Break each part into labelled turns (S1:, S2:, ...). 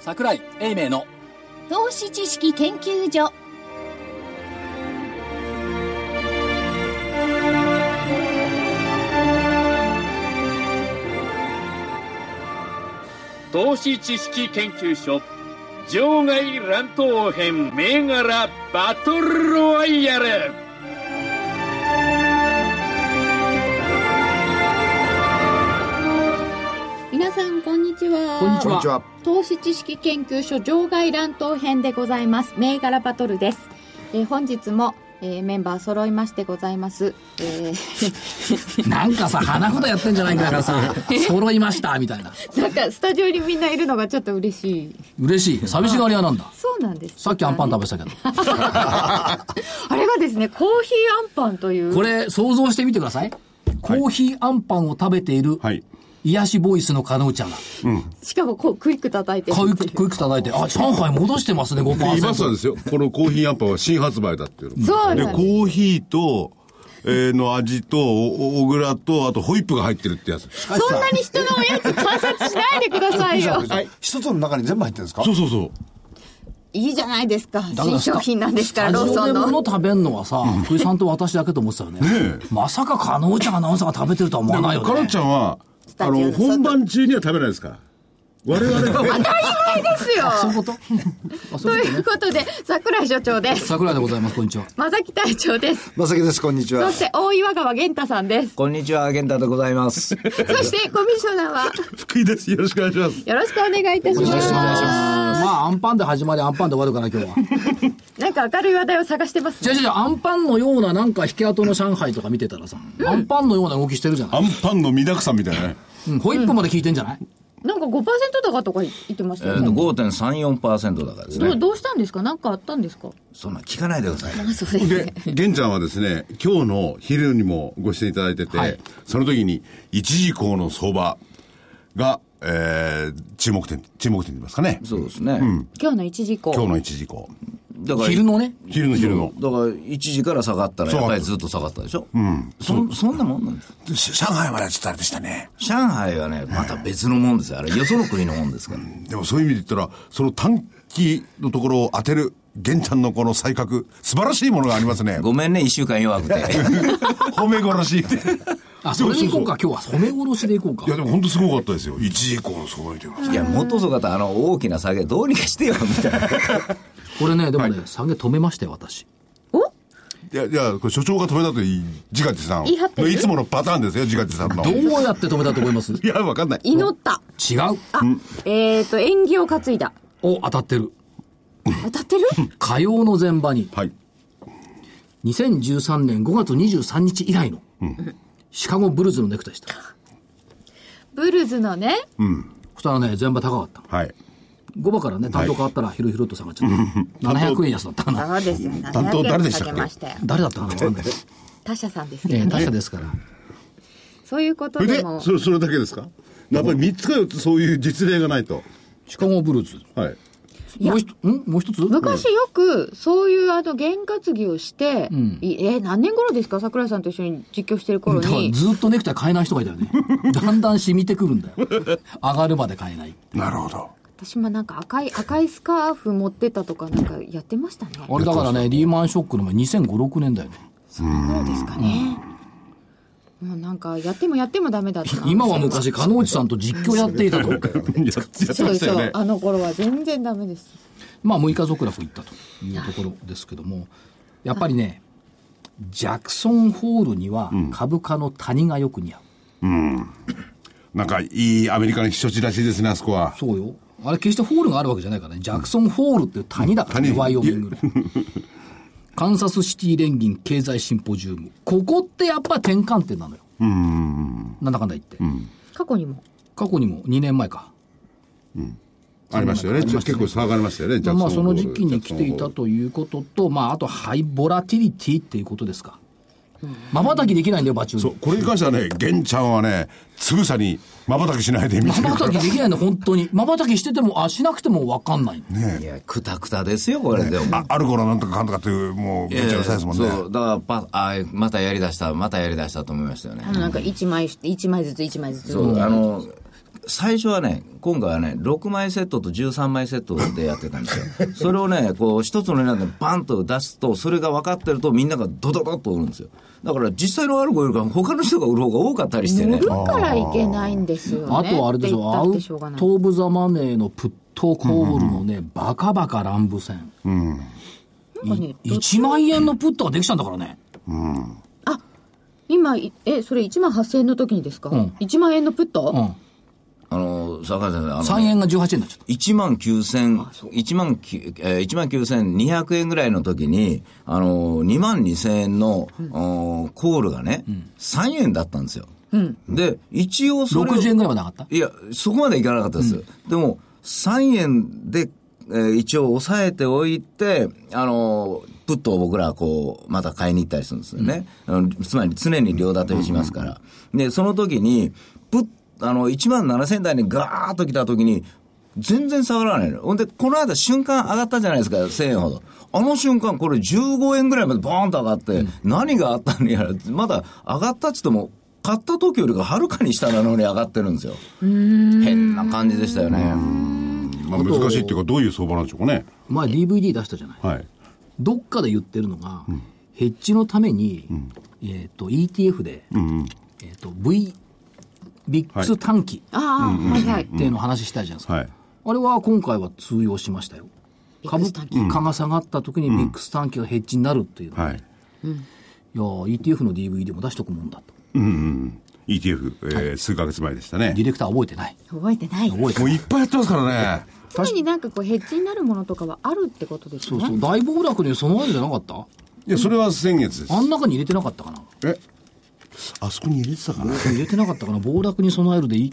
S1: 桜井英明の
S2: 投資知識研究所
S3: 投資知識研究所場外乱闘編銘柄バトルロワイヤル
S4: 皆さんこんにちは
S1: こんにち
S5: こんにちは。
S4: 投資知識研究所場外乱闘編でございます銘柄バトルです、えー本日も、えーメンバー揃いましてございます、えー
S5: なんかさ、花札やってんじゃないかからさ、揃いました、みたいな。
S4: なんかスタジオにみんないるのがちょっと嬉しい
S5: 嬉しい。寂しがり屋なんだ。
S4: そうなんです
S5: さっきアンパン食べ
S4: て
S5: てたけど。
S4: あれがですねコーヒーアンパンという
S5: これ、想像してみてください。コーヒーアンパンを食べている、
S6: はい
S5: 癒しボイスのカノウちゃんが、
S4: しかもこうクイック叩いてる
S5: かゆ
S4: っ
S5: く、
S4: ていう
S5: クイック叩いて、あ、上海戻してますね、5%。
S6: 今さですよ、このコーヒーアンパンは新発売だっていうの。
S4: そう
S6: で、
S4: な
S6: コ
S4: んです
S6: ーヒーと、えーの味と、おお小倉と、あとホイップが入ってるってやつ。
S4: そんなに人のおやつ観察しないでください よ
S7: 一つの中に全部入ってるんですか
S6: そうそうそう。
S4: いいじゃないですか
S5: だから
S4: 新
S5: スタ
S4: 商品なんですからロー
S5: スタ
S4: ソ
S5: ジ
S4: ン
S5: オで
S4: の
S5: 物食べんのはさ、福井さんと私だけと思ってたよね。まさかカノウちゃんアナウンサーが食べてるとは思わないよ
S6: カロン
S5: ね
S6: ち。ゃんは、
S4: タ
S6: あ
S4: ジオの
S6: の、
S4: 外
S6: 本番中には食べないですから。我々 は、
S4: ですよ
S5: そういうことあそ
S4: と
S5: ういうこと
S4: いう
S5: ね。
S4: ことで桜井所長です
S5: 桜井でございます、こんにちは。
S4: 正木隊長です
S7: まさきですこんにち
S4: そ
S7: は
S4: して大岩川源太さんです
S8: こんにちは、源太でございます。
S4: そしてコミッショナーは
S6: 福井です。よろしくお願いします。
S4: よろしくお願いいたします
S5: まあ、アンパンで始まり、アンパンで終わるから、今日は。
S4: なんか明るい話題を探してます
S5: じゃあじゃあ、アンパンのような、なんか、引け跡の上海とか見てたらさ、アンパンのような動きしてるじゃな
S6: ア
S5: い、
S6: ンパンの身だくさんみたいなね。
S5: うん、ホイップまで効いてんじゃない、
S4: なんか5%高とか言ってまし
S8: え
S4: た
S8: っ
S4: よね
S8: と、5.34%だからです
S4: どう
S8: ね。
S4: どうしたんですかなんかあったんですか
S8: そんな聞かないでください。
S4: あそうです
S6: で、玄ちゃんはですね、今日の昼にもご出演いただいてて、
S5: はい
S6: その時に、一時項の相場が、えー、注目点、注目点と言いますかね。
S8: そうですね。
S4: 今日の一時以降
S6: 今日の一時項。
S8: だから、
S5: 昼のね、
S6: 昼の昼の。
S8: だから、1時から下がったら、
S6: 下
S8: や
S6: がった
S8: っぱりずっと下がったでしょうん。そ、そんなもんなんです。
S6: 上海までちょっとあれでしたね。
S8: 上海はね、また別のもんですよ。あれ、よその国のもんですから。
S6: でもそういう意味で言ったら、その短期のところを当てる、玄ちゃんのこの才覚、素晴らしいものがありますね。
S8: ごめんね、1週間 弱くて。
S6: 褒め殺し。
S5: あ、それでいこうか、
S6: そ
S5: 今日は。染め殺しでいこうか
S6: いや、。でも本当すごかったですよ。一時以降の相場見てください。
S8: いや、もっとそかったあの、大きな下げ、どうにかしてよ、みたいな。
S5: これね、でもね、下げ止めましたよ、私。
S6: いや、いや、これ所長が止めたといい、自画自賛を。
S4: 言い張ってる
S6: いつものパターンですよ、自画自賛の。
S5: ど
S6: いう
S5: やって止めたと思います違う。
S6: や、わかんない。
S4: 祈ったあえっ、と縁起を担いだ
S5: お、当たってる。
S4: 当たってる
S5: 火曜の前場に、
S6: はい。
S5: 2013年5月23日以来の、シカゴブルーズのネクタイした。
S4: ブルズのね
S5: そしたらね、前場高かった。
S6: はい。
S5: 5場からね、担当変わったら、ひろひろっと下がっちゃった。700円安だった かな。
S4: そうですよね
S6: 担当誰でしたっけ
S4: 投げましたよ
S5: 誰だったかな、わかんない。
S4: 他社さんです
S5: え
S4: ね
S5: ー、他社ですから。
S4: そういうこと
S6: それ
S4: で
S6: で
S4: も、
S6: それ、それだけですかやっぱり3つか4つそういう実例がないと。
S5: シカゴブルーズ。
S6: はい。
S5: もう一つ、んもう一つ
S4: 昔よくそういうあの験担ぎをして、いえー何年頃ですか桜井さんと一緒に実況してる頃
S5: だから
S4: に
S5: ずっとネクタイ買えない人がいたよ ね。だんだん染みてくるんだよ。上がるまで買えない。
S6: なるほど。
S4: 私もなんか赤い赤いスカーフ持ってたとかなんかやってましたね
S5: あれだからね、リーマンショックの前2005、6年だよね。
S4: その頃ですかね、もうなんかやってもやってもダメだった な
S5: 今は昔、加納内さんと実況やっていたと。
S6: ややってま
S4: そう
S6: し
S4: そ
S6: たよ
S4: う
S6: ね。
S4: あの頃は全然ダメです
S5: まあ、6日続落行ったというところですけども、やっぱりね、ジャクソンホールには株価の谷がよく似合う。
S6: なんか、いいアメリカの避暑地らしいですね、あそこは。
S5: そうよ。あれ決してホールがあるわけじゃないからね。ジャクソンホールっていう谷だからね、
S6: 谷
S5: ワイオミ ングの。カンサスシティ連銀経済シンポジウム。ここってやっぱ転換点なのよ。なんだかんだ言って。
S4: 過去にも
S5: 過去にも2年前か。
S6: ありましたよね。ちょ結構騒がれましたよね、ジャクソン
S5: まあその
S6: ホー
S5: 時
S6: ル
S5: 期に来てい
S6: ジャク
S5: た
S6: ソンホール
S5: ということと、まああとハイボラティリティっていうことですか。瞬きできないんだよ、バチュ
S6: そう、これに関してはね、玄ちゃんはね、つぶさに瞬きしないで見てるか
S5: 瞬
S6: ら。
S5: きできないの、本当に。瞬きしてても、あ、しなくても分かんない。
S8: いや、くたくたですよ、これでも。
S6: あ、ある頃なんとかかんとかっていう、もう、
S8: い
S6: め
S8: や
S6: ちゃくちゃですもんね。
S8: そう、だからパ、あまたやりだした、またやりだしたと思いましたよね。
S4: あのなんか1枚して1枚ずつ1枚ずつ
S8: そう、あの、最初はね、今回はね、6枚セットと13枚セットでやってたんですよ。それをね、こう、一つの値段でバンと出すと、それが分かってると、みんながドドドッと売るんですよ。だから、実際のある子よりか、他の人が売る方が多かったりして
S4: 乗。
S8: ね
S4: るからいけないんですよね。
S5: あとはあれですよ、ア
S4: って言ったっ
S5: ウ
S4: てしょうがない
S5: ト・オブ・ザ・マネーのプットコールのね、バカバカ乱舞戦、
S4: なんかねど
S5: 1万円のプットができちゃうんだからね、
S4: あ今、いえ、それ1万8000円の時にですか、
S5: ん
S4: ?1 万円のプット、
S5: うん、
S8: あの、坂井先生、あのね、
S5: 3円が18円になっちゃった。
S8: 1万9000、1万9、えー1万9200円ぐらいの時に、あのー、2万2000円の、おーコールがね、3円だったんですよ。で、一応それを
S5: 60円ぐらいはなかった
S8: いや、そこまでいかなかったです。でも、3円で、えー一応抑えておいて、あのー、プットを僕らはこう、また買いに行ったりするんですよね。あのつまり常に両立てをしますから。で、その時に、プッ、あの、1万7000台にガーッと来た時に、全然下がらないの。ほんで、この間瞬間上がったじゃないですか、1000円ほど。あの瞬間、これ15円ぐらいまでバーンと上がって、何があったのやら、まだ上がったっつっても、買った時よりがはるかに下なのに上がってるんですよ。変な感じでしたよね。
S6: まあ、難しいっていうか、どういう相場なんでしょうかね。
S5: 前 DVD 出したじゃない。
S6: はい。
S5: どっかで言ってるのが、ヘッジのために、えっと、ETF で、えっと、V、ビックス短期
S4: ああ、はいはい。
S5: っていうのを話したじゃないですか。
S6: はい。
S5: あれは今回は通用しましたよ。株価が下がった時にビックス短期がヘッジになるっていうのは
S6: は
S5: ね
S6: い。
S5: いやー ETF の DVD も出しとくもんだと。
S6: ETF、えー数ヶ月前でしたね
S5: デ。ィレクター覚えてない。
S4: 覚えてない。
S5: 覚えて
S6: も
S5: な
S6: う
S5: い。
S6: いっぱいやってますからね。
S4: 常になんかこうヘッジになるものとかはあるってことです
S5: そ
S4: よ
S5: う
S4: ね。
S5: そう。大暴落にそのままじゃなかった
S6: いや、それは先月です
S5: あ。ん中に入れてなかったかな
S6: えあそこに入れてたかな
S5: 入れてなかったかな暴落に備えるでいい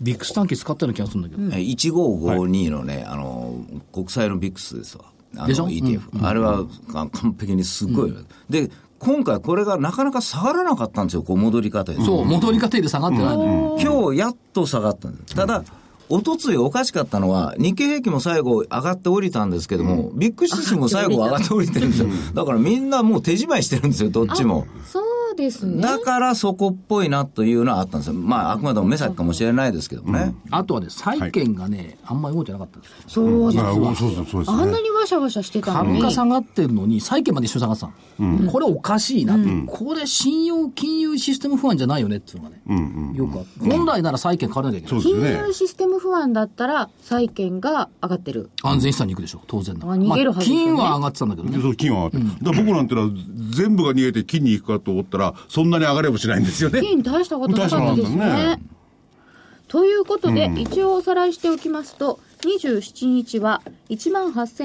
S5: ビックス短期使ったような気がするんだけど。
S8: えー1552のね、あの、国債のビックスですわ。あ
S5: でしょ
S8: の ETF、あれはあ完璧にすっごい、で、今回これがなかなか下がらなかったんですよ、こう戻り方で。
S5: そう、戻り方より下がってないのよ。
S8: 今日やっと下がったんです。ただ、おとついおかしかったのは、日経平均も最後上がって降りたんですけども、ビッグ指数も最後上がって降りてるんですよ。だからみんなもう手仕まいしてるんですよ、どっちも。
S4: そうですね。
S8: だからそこっぽいなというのはあったんですよ。まあ、あくまでも目先かもしれないですけどもね。
S5: あとはね、債券がね、あんまり動いてなかったんですよ。
S4: そうです
S6: あ
S4: わ。
S6: そうですそうです
S4: あん
S6: ね
S4: な。にワシャワシャしてたの
S5: 株
S4: に。
S5: 価下がってるのに、債券まで一緒に下がってたの、これおかしいな、これ信用金融システム不安じゃないよねっていうのがね、よくあって本来なら債券買わなきゃいけない、
S6: そうです
S4: 金
S6: ね
S4: 融。システム不安だったら債券が上がってる。
S5: 安全資産に行くでしょ、当然な
S4: あ逃げるはずですよね
S5: 金は上がってたんだけどね、
S6: そう金は上がってるだから僕なんてのは全部が逃げて金に行くかと思ったらそんなに上がれもしないんですよね。
S4: 金大したことなかったです
S6: 大したことなかった
S4: ね。ということで、一応おさらいしておきますと、27日は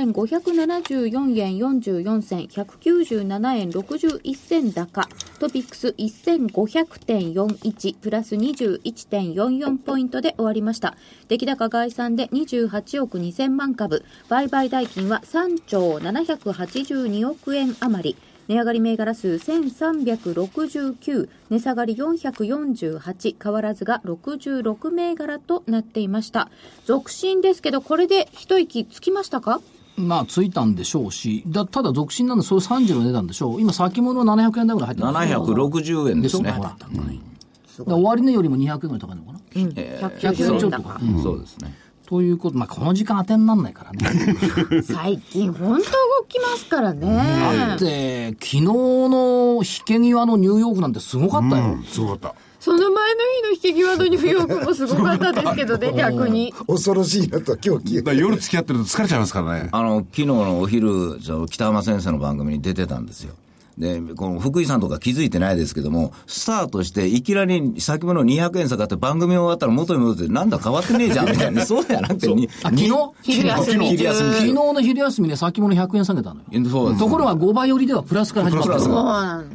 S4: 18,574円44銭、197円61銭高、トピックス1500.41、プラス21.44ポイントで終わりました。出来高概算で28億2000万株、売買代金は3兆782億円余り。値上がり銘柄数1369、値下がり448、変わらずが66銘柄となっていました。続進ですけど、これで一息つきましたか
S5: まあついたんでしょうし、だただ、続進なんで、そういう30の値段でしょう、今、先物700円台ぐらい入ってます
S8: 760円
S5: で
S8: で
S5: しょ、
S8: す
S5: ほ
S8: ね。
S5: らだから終値よりも200円ぐらい高いのかな。
S4: 190円高。
S8: うんそうですね。
S5: ということ、まあ、この時間当てになんないからね。
S4: 最近本当動きますからね。
S5: だって、昨日の引け際のニューヨークなんてすごかったよ。
S6: すごかっ
S4: その前の日の引き際のニューヨークもすごかったですけどね、逆に。
S7: 恐ろしいなと、今日
S6: た。だから夜付き合ってると疲れちゃいますからね。
S8: あの、昨日のお昼、その北浜先生の番組に出てたんですよ。で、この福井さんとか気づいてないですけども、スタートして、いきなり先物200円下がって番組終わったら元に戻って、なんだ変わってねえじゃん、みた いな。そうじゃなくて、に
S5: あ昨日
S4: 昼休み
S8: 昼休み
S5: 昨日の昼休みね、先物100円下げたのよ。
S8: そうです
S5: ところが5倍売りではプラスから始まった。
S8: プラス
S4: そうなん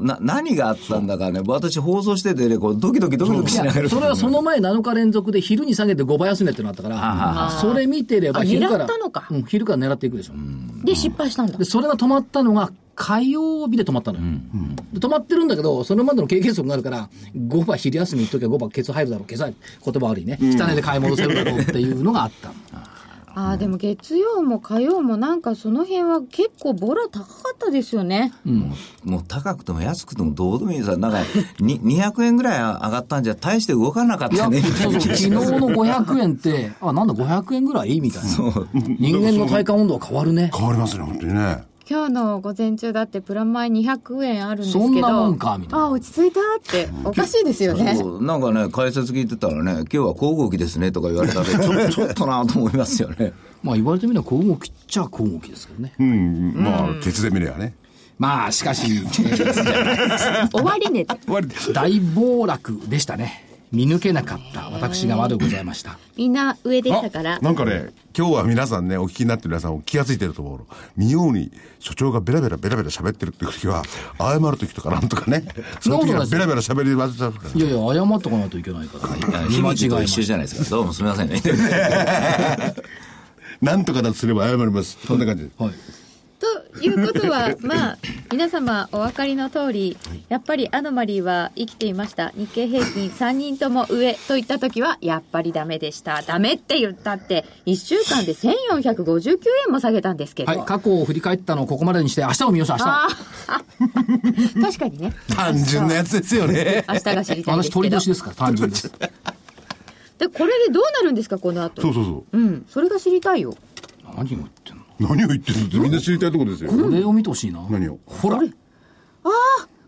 S8: な何があったんだかね、私放送しててね、こうドキドキドキドキし
S5: い
S8: なが
S5: や
S8: ら。
S5: それはその前7日連続で昼に下げて5倍安値ってなったから、それ見てれば
S4: あ
S5: 昼から、
S4: 狙ったのか
S5: うん昼から狙っていくでしょ。
S4: で、失敗したんだ
S5: で、。それが止まったのが火曜日で止まったのよ。で止まってるんだけど、それまでの経験則があるから、5番昼休みに行っときゃ5番ケツ入るだろう、ケツ入る、言葉悪いね。下値で買い戻せるだろうっていうのがあったの。
S4: ああ、でも月曜も火曜もなんかその辺は結構ボラ高かったですよね。
S8: もう高くても安くてもどうでもいいさ、なんか に200円ぐらい上がったんじゃ、大して動かなかっ
S5: いや、
S8: たねみた
S5: そ
S8: い
S5: そう、
S8: うな気
S5: 昨
S8: がし
S5: 日
S8: ま
S5: の
S8: す
S5: 500円って、あ、なんだ500円ぐらいみたいな。人間の体感温度は変わるね。
S6: 変わりますね、本当にね。
S4: 今日の午前中だってプラマイ200円あるんですけど。
S5: そんなもんかみたいな
S4: ああ、落ち着いたって、おかしいですよね。
S8: そうなんかね、解説聞いてたらね、今日は小動きですねとか言われたんで、ちょちょっとなと思いますよね。
S5: まあ言われてみれば、小動きっちゃ小動きですけどね。
S6: うん、まあ、ケツで見りゃね。
S5: まあ、しか し、
S4: 終わりねって。
S6: 割 と
S5: 大暴落でしたね。見抜けなかった。私が悪うございました。
S4: みんな上でしたから
S6: あ。なんかね、今日は皆さんね、お聞きになってる皆さん、気がついてると思うの。妙に、所長がベラベラベラベラ喋ってるって時は、謝る時とかなんとかね、 その時はベラベラ喋りましたから
S5: いやいや、謝っとかないといけないから。
S8: 日
S5: 間
S8: 持
S5: 違
S8: ち
S5: え
S8: と
S5: ま
S8: 一緒
S5: し
S8: じゃないですか。どうもすみませんね。
S6: なんとかだとすれば謝ります。そんな感じで。
S5: た。はい。
S4: ということは、まあ、皆様お分かりの通り、やっぱりアノマリーは生きていました。日経平均3人とも上と言った時は、やっぱりダメでした。ダメって言ったって、1週間で1459円も下げたんですけど。
S5: はい、過去を振り返ったのをここまでにして、明日を見ようさ、明
S4: あ
S5: 日。
S4: ー 確かにね。
S6: 単純なやつですよね。
S4: 明日が知りたいんで
S5: 私、
S4: すけ
S5: 鳥
S4: ど。
S5: 年です から、単純です。
S4: で、これでどうなるんですか、この後。
S6: そうそうそう。
S4: うん、それが知りたいよ。
S5: 何を言ってんの
S6: 何を言ってるのってみんな知りたいところですよ。
S5: これを見てほしいな。
S6: 何を
S5: ほら。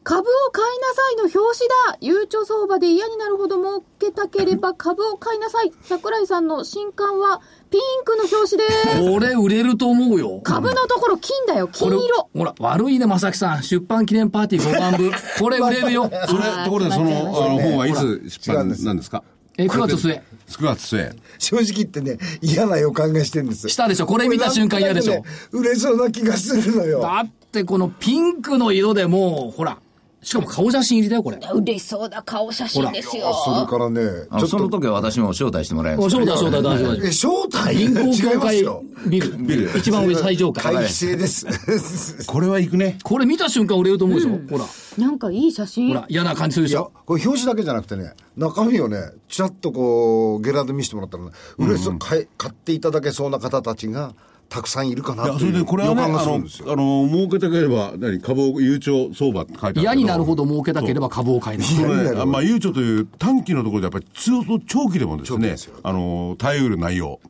S4: 株を買いなさいの表紙だゆうちょ相場で嫌になるほど儲けたければ株を買いなさい桜井さんの新刊はピンクの表紙です
S5: これ売れると思うよ。
S4: 株のところ金だよ金
S5: これ
S4: 色
S5: ほら、悪いね、正木さん。出版記念パーティー5番分。 これ売れるよ。
S6: それ、ところで、その、あの、本はいつ出
S7: 違うん
S6: 版
S7: です
S6: なんですか
S5: え、9月末。
S6: 9月末。
S7: 正直言ってね、嫌な予感がしてんです。
S5: したでしょこれ見た瞬間嫌でしょ
S7: これなんとなくね売れそうな気がするのよ。
S5: だってこのピンクの色でもう、ほら、しかも顔写真入りだよ、これ。
S2: 嬉しそうな顔写真ですよ。
S7: それからね、ち
S8: あ
S7: ょ
S8: の
S7: っ
S8: その
S7: と、
S8: 時は私も招待してもらいま
S5: お、そ
S8: すか
S5: う
S8: ら
S5: だ、そうだ、大丈夫、大
S7: え
S5: 丈
S7: 正体
S5: 夫。銀行
S7: 違い
S5: 協
S7: ます
S5: 会
S7: よ。
S5: ビル。一番上最上
S7: 会
S5: 階
S7: 費。制です。
S6: これは行くね。
S5: これ見た瞬間売れると思うでしょほら、
S4: なんかいい写
S5: ほ
S4: 真
S5: ら、嫌な感じする
S7: い
S5: でし
S7: や、
S5: ょ
S7: これ表紙だけじゃなくてね、中身をね、ちらっとこう、ゲラで見せてもらったらね、売れそう、買い買っていただけそうな方たちが、たくさんいるか
S6: い
S7: な
S6: や
S7: と
S6: そ
S7: い
S6: れ
S7: う
S6: で
S7: 予
S6: これはね、あ
S7: 感がするんですよ。
S6: の、あの、儲けたければ、何、株を、悠長相場って書いてあるけど。
S5: 嫌になるほど儲けたければ株を買いな
S6: そ
S5: さい。
S6: れね、あまあ、悠長という短期のところで、やっぱり強そう、長期でもですね、あの、耐えうる内容。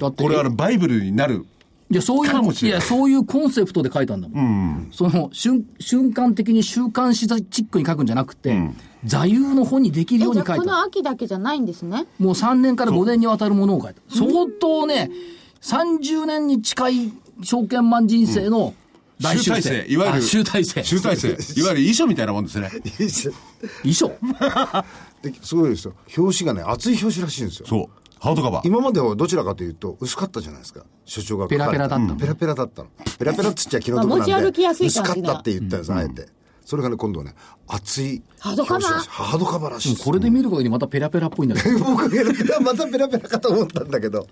S5: だって、
S6: これはあのバイブルになる。
S5: いや、そうい
S6: かも
S5: う、
S6: し
S5: い
S6: れない
S5: や、そういうコンセプトで書いたんだもん。その、瞬、瞬間的に週刊誌チックに書くんじゃなくて、座右の本にできるよ
S4: え
S5: う
S4: じゃ
S5: に
S4: あ
S5: 書い
S4: こ
S5: た。
S4: の秋だけじゃないんですね
S5: もう3年から5年にわたるものを書いた。相当ね、30年に近い証券マン人生の大修
S6: 集大
S5: 正
S6: 成。いわゆる
S5: あ集大成。
S6: 集大成。いわゆる遺書みたいなもんですね。
S5: 遺書。
S7: ですごいですよ。表紙がね、厚い表紙らしいんですよ。
S6: そう。ハードカバー。
S7: 今まではどちらかというと薄かったじゃないですか所長が書かれ
S5: ペラペラだった
S7: うんペラペラだったのペラペラっつっちゃ気の毒なんで、
S4: まあ持ち歩きやすい感じ
S7: 薄
S4: だ
S7: かったって言ったんです、あえてそれがね今度はね厚い
S4: ハードカバー
S7: 表紙らしいハードカバーらしいです
S5: これで見る限りまたペラペラっぽいんだけど。
S7: 僕ペラペラまたペラペラかと思ったんだけど
S6: い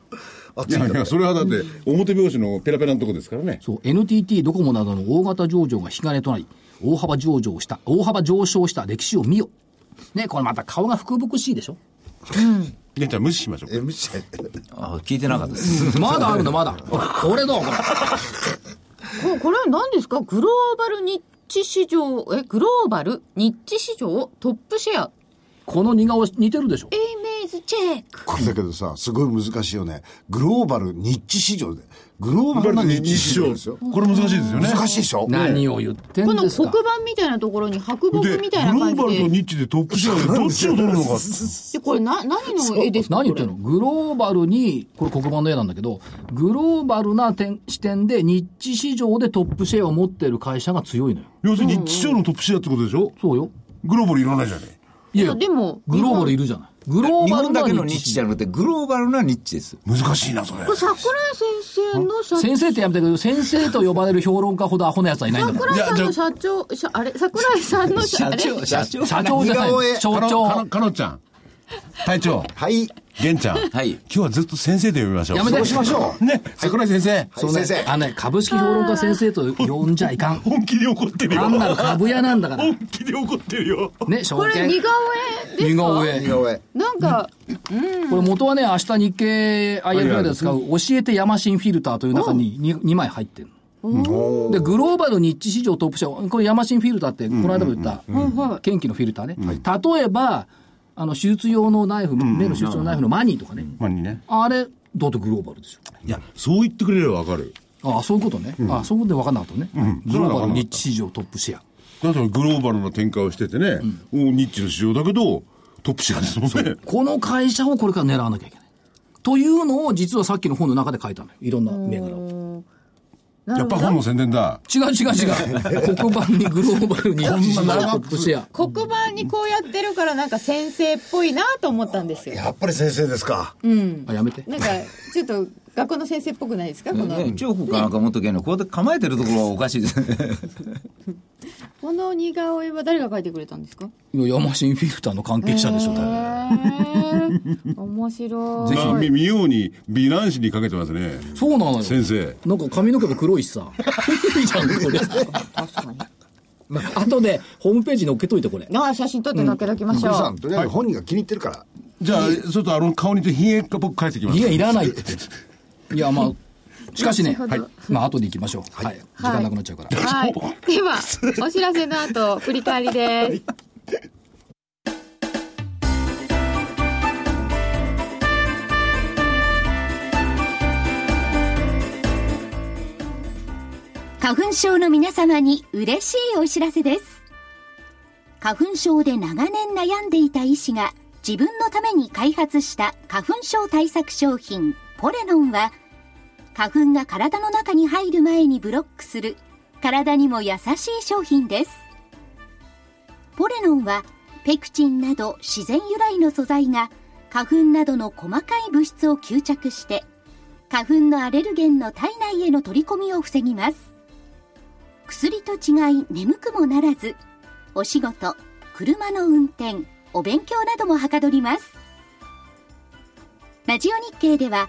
S7: 厚いん
S6: や
S7: だ
S6: い
S7: から
S6: や、それはだって、表拍子のペラペラのとこですからね。
S5: そう、NTT ドコモなどの大型上場が引き金となり、大幅上場した、大幅上昇した歴史を見よ。ね、これまた顔が福々しいでしょ
S6: 玄ちゃん無視しましょう。
S7: え見ちゃえ
S8: あ聞いてなかったです。
S5: まだあるの、まだ。これどうこれ。
S4: ここれは何ですかグローバルニッチ市場えグローバルニッチ市場トップシェア
S5: この似顔似てるでしょ
S2: イメージチェック。
S7: これだけどさすごい難しいよねグローバルニッチ市場でグローバルなニッチ市場ですよ
S6: これ難しいですよね。
S7: 難しいでしょ
S5: 何を言って
S4: こ
S5: ん
S4: の
S5: です
S4: 黒
S5: か
S4: 板みたいなところに白木
S6: で、
S4: み
S6: グ
S4: た
S6: ロ
S4: いな感じ
S6: ーバルと
S4: で
S6: ニッチでトップシェアでどっちを取るのか。
S4: でこれな何の絵ですか
S5: 何言っ
S4: こ
S5: て
S4: れ
S5: んのグローバルに、これ黒板の絵なんだけど、グローバルな点視点で日地市場でトップシェアを持ってる会社が強いのよ。
S6: 要するに、ニッチ市場のトップシェアってことでしょ
S5: そうよ。
S6: グローバルいらないじゃね
S5: いやい
S4: い
S5: や
S4: やでも
S5: グローバルいるじゃない。グロー
S8: 日
S5: バル
S8: 本だけ
S5: な
S8: のニッ
S5: 市
S8: チじ
S5: 場
S8: ゃなくて、グローバルなニッチです。
S6: 難しいな、それ。
S4: 桜井先生の社長
S5: 先生ってやめたけど、先生と呼ばれる評論家ほどアホな奴はいないんだから。
S4: 桜井さんの社長、社あれ桜井さんの社
S8: 社
S4: あれ
S8: 長、社長。
S5: 社長じゃない
S7: 似顔絵
S5: 所
S6: かのか
S5: 長
S6: のかのちゃん。隊長、
S7: はい。
S6: 玄ちゃん。
S8: はい
S6: 今日はずっと先生で呼びましょう。
S5: やめて
S7: そうしましょう。
S6: ね、桜井先生。
S5: そのね
S7: 先生
S5: あのね、株式評論家先生と呼んじゃいかん。
S6: 本気で怒ってるよ。
S5: 単なる株屋なんだから。
S6: 本気で怒ってるよ。
S5: ね、証
S4: これ
S5: 券。
S4: 似顔絵です
S5: 似
S4: か
S5: 顔絵
S7: 似顔絵。
S4: なんか、
S5: これ元はね、明日日経 IR で使う、教えてヤマシンフィルターという中に 2, 2枚入ってるの。で、グローバル日地市場トップ社、これヤマシンフィルターって、この間も言った、研機のフィルターね。例えば、あの、手術用のナイフ、目の手術用のナイフのマニーとかね。
S6: まあにね。
S5: あれ、どうとグローバルでしょ。
S6: いや、そう言ってくれればわかる。
S5: ああ、そういうことね。ああ、そういうことで分かんなかったね。グローバル日地市場トップシェア。
S6: だってグローバルな展開をしててね、おニッチの市場だけど、トップシェアですもんね。
S5: この会社をこれから狙わなきゃいけない。というのを実はさっきの本の中で書いたのよ。いろんな銘柄を。
S4: な
S6: や
S4: る
S6: っ
S4: ほ
S6: ぱ
S4: ど
S6: 本の宣伝だ。
S5: 違う違う違 う。黒板にグローバルに一時のトップシェア。
S4: 黒板にこうやってるからなんか先生っぽいなと思ったんですよ。
S7: やっぱり先生ですか。
S5: あ、やめて。
S4: なんか、ちょっと学校の先生っぽくないですかこの、
S8: ね、中国かなんか持っとけんの、こうやって構えてるところはおかしいですね。
S4: この似顔絵は誰が描いてくれたんですか
S5: いやヤマシンフィルターの関係者でしょ、
S4: へ
S5: 多
S4: ー、面白い。
S6: まあ、み妙に美男子にかけてますね。
S5: 分そうなのよ。
S6: 先生。
S5: なんか髪の毛も黒いし さ。いいじゃん、これ。あとで、ホームページに載っけといて、これ。
S4: ああ、写真撮ってかけときまし
S7: ク
S4: ょ
S7: リさ、。
S4: うん
S7: とりあえず本人が気に入ってるから。
S6: じゃあ、ちょっとあの顔にちょっとひげが僕帰ってきます。
S5: いや、いらないって。いや、まあ、しかしね、
S4: なるほど
S5: はいまあ、後で行きましょう。はい。時間なくなっちゃうから。
S4: はい。では、お知らせの後、振り返りです。
S2: 花粉症の皆様に嬉しいお知らせです。花粉症で長年悩んでいた医師が自分のために開発した花粉症対策商品ポレノンは花粉が体の中に入る前にブロックする体にも優しい商品です。ポレノンはペクチンなど自然由来の素材が花粉などの細かい物質を吸着して花粉のアレルゲンの体内への取り込みを防ぎます薬と違い眠くもならずお仕事車の運転お勉強などもはかどりますラジオ日経では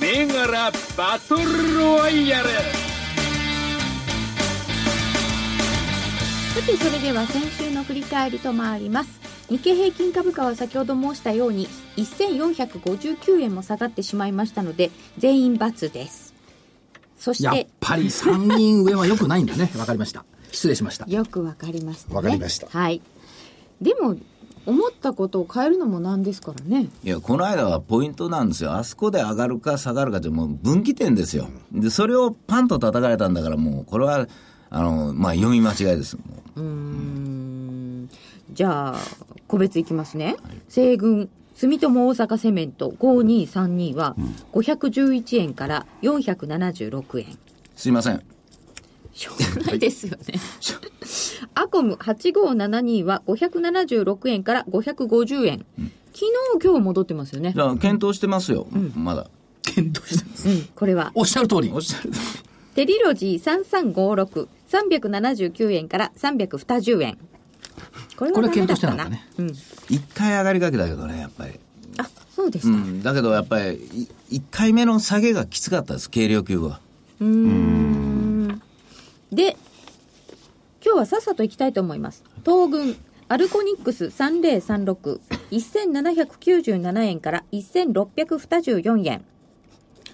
S3: 銘柄バトルロワイヤル
S9: さてそれでは先週の振り返りと回ります日経平均株価は先ほど申したように1459円も下がってしまいましたので全員×ですそし
S5: やってぱり3人上は良くないんだね。わかりました。失礼しました。
S4: よくわかりましたね。
S7: わかりました
S4: はい。でも、思ったことを変えるのもなんですからね。
S8: いや、この間はポイントなんですよ。あそこで上がるか下がるかって、もう分岐点ですよ。で、それをパンと叩かれたんだから、もう、これは、あの、まあ、読み間違いです。もう
S4: うーん。じゃあ、個別いきますね。西軍、住友大阪セメント5232は511円から476円。
S8: すいません。
S4: しょうがないですよね。 アコム8572は576円から550円。昨日、今日戻ってますよね
S8: じ。ゃあ、検討してますよ。まだ。
S5: 検討してます。
S4: うん、これは。
S5: おっしゃる通り
S8: おっ。しゃる通り
S4: テリロジー3356,379円から320円。 これ
S5: これ
S4: ダメ
S5: 検
S4: だ
S5: 討し
S4: っ
S5: てな
S4: た
S5: かったね
S4: うん。
S8: 一回上がりかけだけどね、やっぱり。
S4: あ、そうで
S8: う
S4: した。
S8: ん。だけど、やっぱり、い一回目の下げがきつかったです、軽量級は。
S4: で、今日はさっさと行きたいと思います。東軍、アルコニックス3036、1797円から1624円。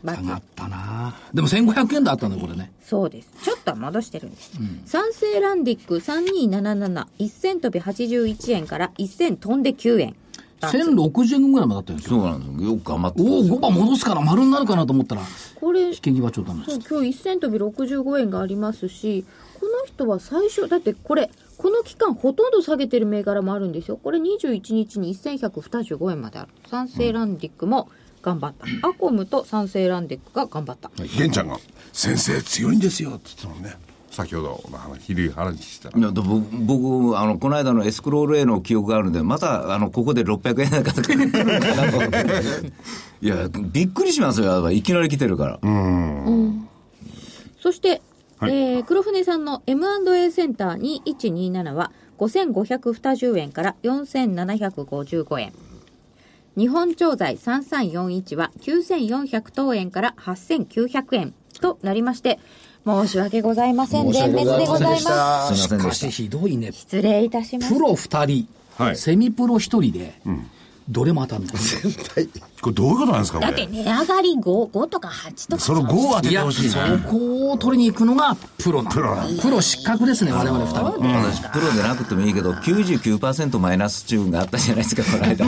S4: バ
S5: 下がったなでも1500円だったんだよこれね。
S4: そうです。ちょっとは戻してるんです。三成ランディック3277、1000飛び81円から1000飛んで9円。ったんです
S5: 1060円ぐらいまでだったんですよ。
S8: そうなんですよ。よく頑張ってたん
S5: おお、
S8: ですよ
S5: 5番戻すから丸になるかなと思ったら、
S4: これ
S5: 引け際ちょっとダメで
S4: そ
S5: し
S4: う今日一銭飛び65円がありますしこの人は最初だってこれこの期間ほとんど下げてる銘柄もあるんですよこれ21日に1125円まである三成ランディックも頑張った、アコムと三成ランディックが頑張った、
S6: 玄ちゃんが「先生強いんですよ」って言ってたもんね先ほどの話昼話してた
S8: い
S6: ら
S8: やで僕、僕あの、この間のエスクロールへの記憶があるんで、また、あの、ここで600円が来るのかなと思って。いや、びっくりしますよ、やっぱいきなり来てるから。
S4: そして、えー黒船さんの M&A センター2127は5520円から4755円日本調剤3341は9400等円から8900円となりまして申し訳ございません全滅でございます
S7: た
S8: すいませ
S5: た。し
S8: んで
S5: か
S8: し。
S5: したひどいね。
S4: 失礼いたしま
S5: プ
S4: す
S5: ロ2人、
S6: はい
S5: セミプロ1人で、どれも当たんない。
S6: これどういうことなんですかこ
S10: だって
S6: れ
S10: 値上がり 5, 5とか8とか
S6: その5を当て
S5: い
S6: て
S5: や、
S6: ほ
S5: そ
S6: しいな
S5: こを取りに行くのがプロなの。プロ失格ですね、我々2人。
S8: 私プロじゃなくてもいいけど、99%マイナスチューンがあったじゃないですか、この間。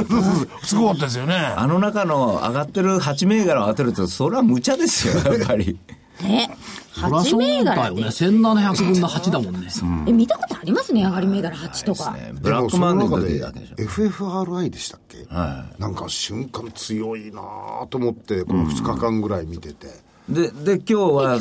S6: すごかったですよね
S8: あの中の上がってる8銘柄を当てると、それは無茶ですよ、やっぱり。
S10: ね
S5: そりゃ
S10: 8
S5: そう
S10: 銘
S5: だ
S10: 柄
S5: よ
S10: で
S5: ね。1700分の8だもんね。
S10: え見たことありますね上がり銘柄8とか、
S8: ブラックマンデーの時
S7: で
S8: だけでしょ。
S7: FFRI でしたっけ、なんか瞬間強いなぁと思ってこの2日間ぐらい見てて、
S8: で、で、今日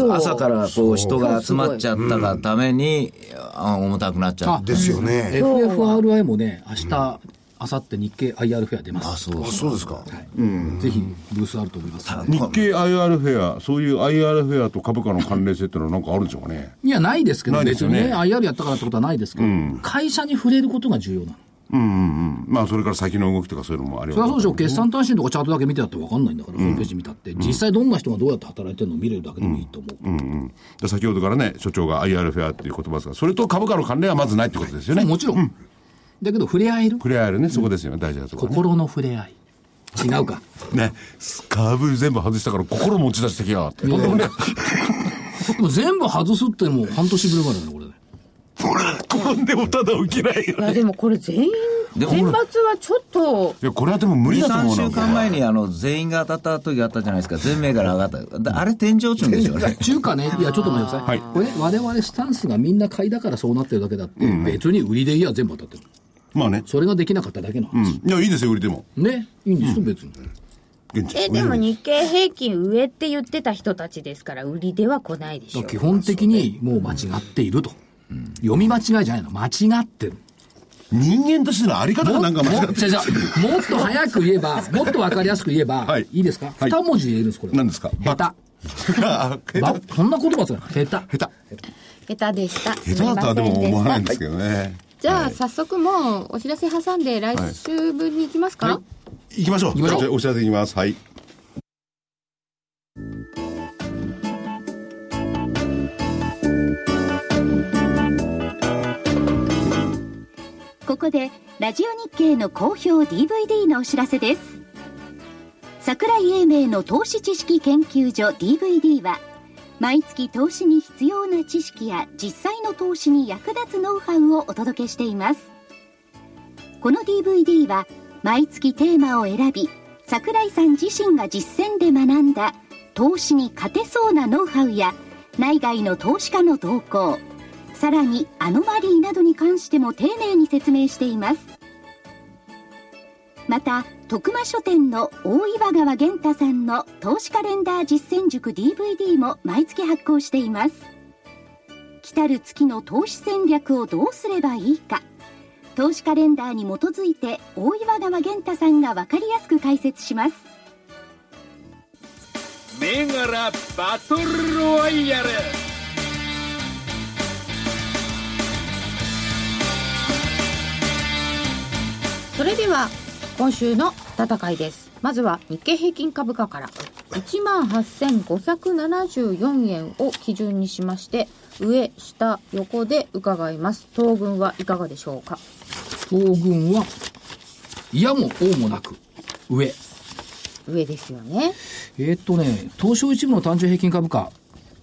S8: は朝からこう人が集まっちゃったがために、あ重たくなっちゃ
S5: あ
S8: って。
S7: ですよね
S5: FFRI もね、明日、明後日日経 IR フェア出ま
S8: あ、
S5: す。
S8: そう
S7: そうですか、
S5: ぜひ、ブースあると思います。
S6: 日経 IR フェアそういう IR フェアと株価の関連性ってのはなんかあるんでしょうかね
S5: いや、ないですけど、
S6: ないです
S5: 別
S6: よ
S5: にね、
S6: ね
S5: IR やったからってことはないですけど、会社に触れることが重要なの。
S6: うんうんうんまあそれから先の動きとかそういうのもあり
S5: それはそうでしょう、
S6: ね
S5: 決算短信とかチャートだけ見てたって分かんないんだから、ホームページ見たって、実際どんな人がどうやって働いてるのを見れるだけでもいいと思う。
S6: で先ほどからね所長が IR フェアっていう言葉ですがそれと株価の関連はまずないってことですよね
S5: もちろん。だけど、触れ合える
S6: クレアルねそこですよね大事なところね
S5: 心の触れ合い。違うか。
S6: ね株全部外したから心持ち出してきやがって
S5: でも全部外すってもう半年ぶりぐらいだね、これね。
S6: 転んでもただ起きないよ
S4: いやでもこれ全員
S8: で
S4: 全
S8: も
S4: 末はちょっと
S6: いやこれはでも無理
S8: 2、
S6: だと思
S8: 3
S6: うな
S8: 週間前にあの、全員が当たった時があったじゃないですか。全銘柄上がった。であれ天井中でしょ、ね。
S5: 中華ね、いや、ちょっと待ってください。これね、我々スタンスがみんな買いだからそうなってるだけだって、別に売りでいいや全部当たってる。
S6: まあね
S5: それができなかっただけの
S6: うん
S5: 話。
S6: いやいいですよ売りでも
S5: ね、いいんですよ、別に。
S6: 現地
S10: えでも日経平均上って言ってた人たちですから売りでは来ないでしょう
S5: 基本的にもう間違っていると。読み間違いじゃないの。間違ってる。
S6: 人間としてのあり方がなんか間違っ
S5: もじゃじゃもっと早く言え ば、もっとわかりやすく言えば、
S6: はい
S5: い、いですか、
S6: はい
S5: 二文字で言えるんです、これ。
S6: 何ですか
S5: 下手。ばそんな言葉じゃない。下手。
S6: 下
S4: 下手でしたす
S6: 手
S4: み
S6: 下
S4: ませ
S6: 手だとは
S4: ん
S6: で
S4: で
S6: も思わ
S4: し
S6: ない
S4: た
S6: んですけどね
S4: じゃあ早速もうお知らせ挟んで来週分に行きますか、
S6: 行きましょう
S5: 行きましょう
S6: じゃあお知らせいきますはい
S2: ここでラジオ日経の好評 DVD のお知らせです桜井英明の投資知識研究所 DVD は毎月投資に必要な知識や実際の投資に役立つノウハウをお届けしていますこの DVD は毎月テーマを選び桜井さん自身が実践で学んだ投資に勝てそうなノウハウや内外の投資家の動向さらにアノマリーなどに関しても丁寧に説明していますまた徳間書店の大岩川源太さんの投資カレンダー実践塾 DVD も毎月発行しています来たる月の投資戦略をどうすればいいか投資カレンダーに基づいて大岩川源太さんが分かりやすく解説します
S3: 銘柄バトルロワイヤル
S4: それでは今週の戦いですまずは日経平均株価から1万8574円を基準にしまして上下横で伺います東軍はいかがでしょうか
S5: 東軍は、いやも王もなく、上。
S4: 上ですよね
S5: えーっとね、東証一部の単純平均株価、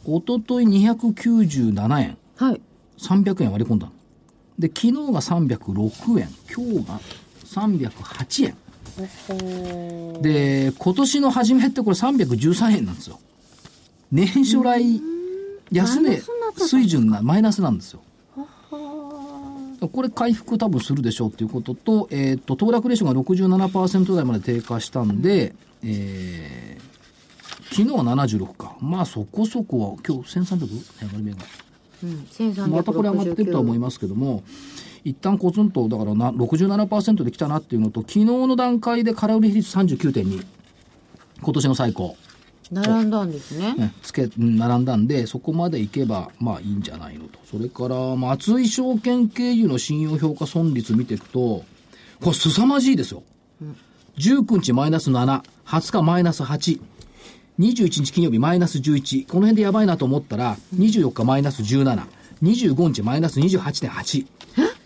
S5: おととい297円、
S4: はい
S5: 300円割り込んだの。で、昨日が306円、今日が308円。で、今年の初めってこれ313円なんですよ。年初来安値水準がマイナスなんですよ。これ回復多分するでしょうということと、えっ、ー、と、騰落レーションが67%台まで低下したんで、えー、昨日は76か。まあそこそこは、今日1300値上がり目が。
S1: うん、1369
S5: またこれ上がってるとは思いますけども、一旦コツンと、だからな67%できたなっていうのと、昨日の段階で空売り比率39.2。今年の最高。
S1: 並んだんですね。ね
S5: つけ、並んだんで、そこまでいけば、まあいいんじゃないのと。それから、松井証券経由の信用評価損率見ていくと、これ凄まじいですよ。うん、19日マイナス7、20日マイナス8。21日金曜日マイナス11、この辺でやばいなと思ったら、24日マイナス17、25日マイナス28.8。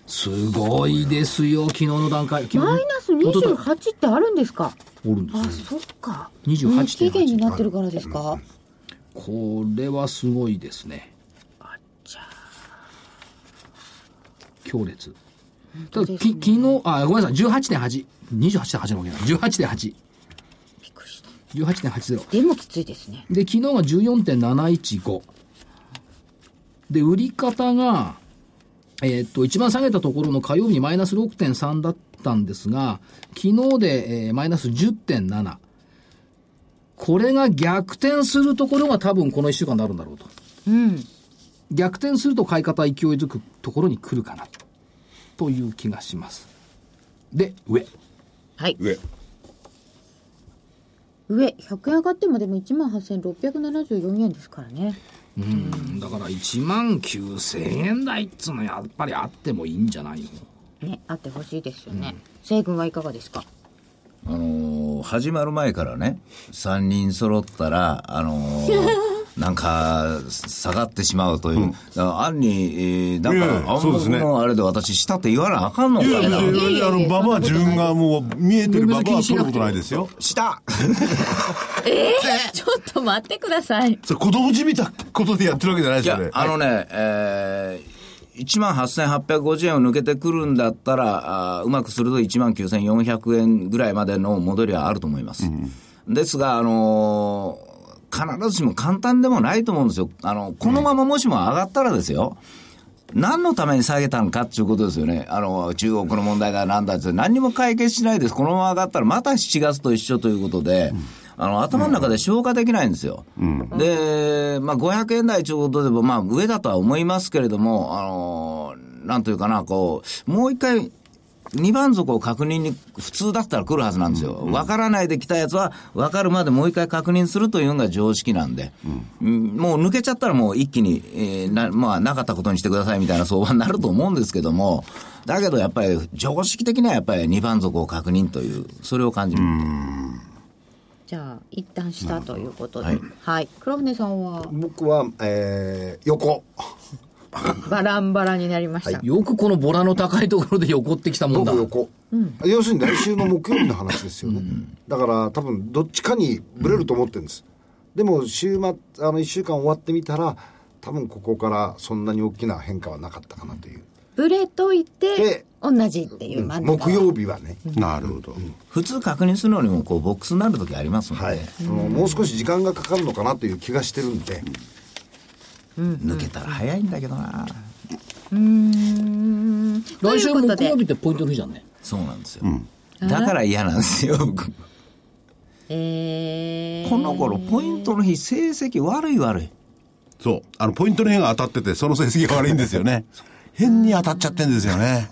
S5: すごいですよ、昨日の段階。
S1: マイナス28ってあるんですか
S5: おるんです
S1: あ、そっか。
S5: 28.8。
S1: 期限になってるからですか、はい、
S5: これはすごいですね。
S1: あちゃ
S5: 強烈。ただ、ね、き昨日、あ、ごめんなさい、18.8。28.8のわけだ。18.8。18.80
S1: でもきついですね
S5: で昨日が14.715で売り方がえー、っと一番下げたところの火曜日にマイナス6.3だったんですが昨日で、えー、マイナス10.7これが逆転するところが多分この1週間になるんだろうと、
S1: うん、
S5: 逆転すると買い方勢いづくところに来るかなという気がしますで上
S1: はい
S6: 上
S1: 上100円上がってもでも1万8674円ですからね
S5: うんだから1万9000円台っつうのやっぱりあってもいいんじゃないの、
S1: ねあってほしいですよね、西、う、軍、ん、はいかがですか
S8: あのー、始まる前からね3人揃ったらあの ーなんか、下がってしまうという。うん、案に、えー、なんか、いやいやあんまりのあれで私、したって言わなあかんのか
S6: な。いやいやいや、あの、ババは自分がもう、見えてるババは取ることないですよ。
S8: した
S1: えー、 ちょっと待ってください。
S6: それ、子供じみたことでやってるわけじゃないですよね。
S8: あのね、はい、えー、1万8850円を抜けてくるんだったら、あうまくすると1万9400円ぐらいまでの戻りはあると思います。うん、ですが、あのー必ずしも簡単でもないと思うんですよ。あの、このままもしも上がったらですよ。何のために下げたのかっていうことですよね。あの、中国の問題がなんだって、何にも解決しないです。このまま上がったらまた7月と一緒ということで、あの、頭の中で消化できないんですよ。うん、で、まあ、500円台ということでも、まあ、上だとは思いますけれども、あの、なんというかな、こう、もう一回、2番底を確認に普通だったら来るはずなんですよ。分からないで来たやつは、分かるまでもう一回確認するというのが常識なんで、うん、もう抜けちゃったらもう一気に、えー、な、まあ、なかったことにしてくださいみたいな相場になると思うんですけども、だけどやっぱり常識的にはやっぱり2番底を確認という、それを感じる。
S1: じゃあ、一旦したということで。はい、はい。黒船さんは
S7: 僕は、えー、横。
S1: バランバラになりました、はい
S5: よくこのボラの高いところで横ってきたもんだ
S7: 横、うん、要するに来週の木曜日の話ですよね、うん、だから多分どっちかにブレると思ってるんです、うん、でも週末あの1週間終わってみたら多分ここからそんなに大きな変化はなかったかなという
S1: ブレといて同じっていう、
S7: うん、木曜日はね、
S6: なるほど、
S8: 普通確認するのにもこうボックスになる時ありますもんね、はい、
S7: もう少し時間がかかるのかなという気がしてるんで、
S8: うんうん、抜けたら早いんだけどな
S1: うん
S5: 来週木曜日ってポイントの日じゃんね
S8: そうなんですよ、うん、だから嫌なんですよ僕
S1: えー、
S8: この頃ポイントの日成績悪い悪い
S6: そうあのポイントの日が当たっててその成績が悪いんですよね変に当たっちゃってんですよね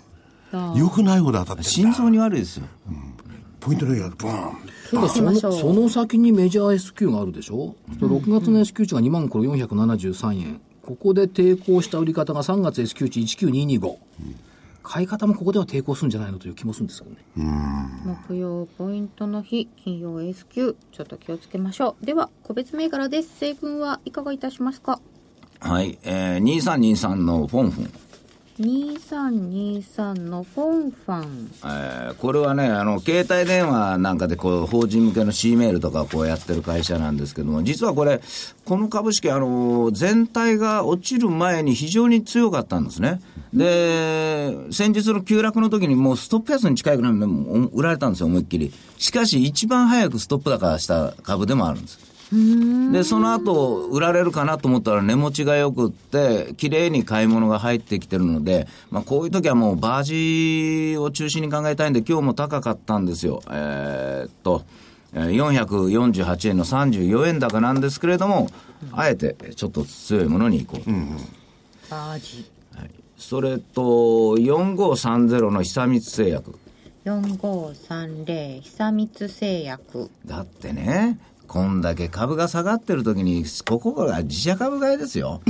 S6: よくないほど当たって
S8: 心臓に悪いですよ、うん、
S6: ポイントの日がボーン
S5: そのその先にメジャー S q があるでしょ、うん、6月の S q 値が2万これ473円、ここで抵抗した売り方が3月 S q 値19225、うん、買い方もここでは抵抗するんじゃないのという気もするんですけどね
S1: 木曜ポイントの日金曜 S q ちょっと気をつけましょうでは個別銘柄です西軍はいかがいたしますか
S8: はい、えー、2323のフォンフォン
S1: 2323のフォンファン。
S8: えーこれはね、あの、携帯電話なんかで、こう、法人向けの C メールとかをこうやってる会社なんですけども、実はこれ、この株式、あの、全体が落ちる前に非常に強かったんですね。で、先日の急落の時にもうストップ安に近いぐらいまでもう売られたんですよ、思いっきり。しかし、一番早くストップ高した株でもあるんです。で、その後、売られるかなと思ったら値持ちが良くって、綺麗に買い物が入ってきてるので、まあこういう時はもうバージを中心に考えたいんで、今日も高かったんですよ。えーっと、えー448円の34円高なんですけれども、あえてちょっと強いものに行こう。
S1: バージ。
S8: それと、4530の久光製薬。
S1: 4530久光製薬。
S8: だってね、こんだけ株が下がってる時に、ここが自社株買いですよ。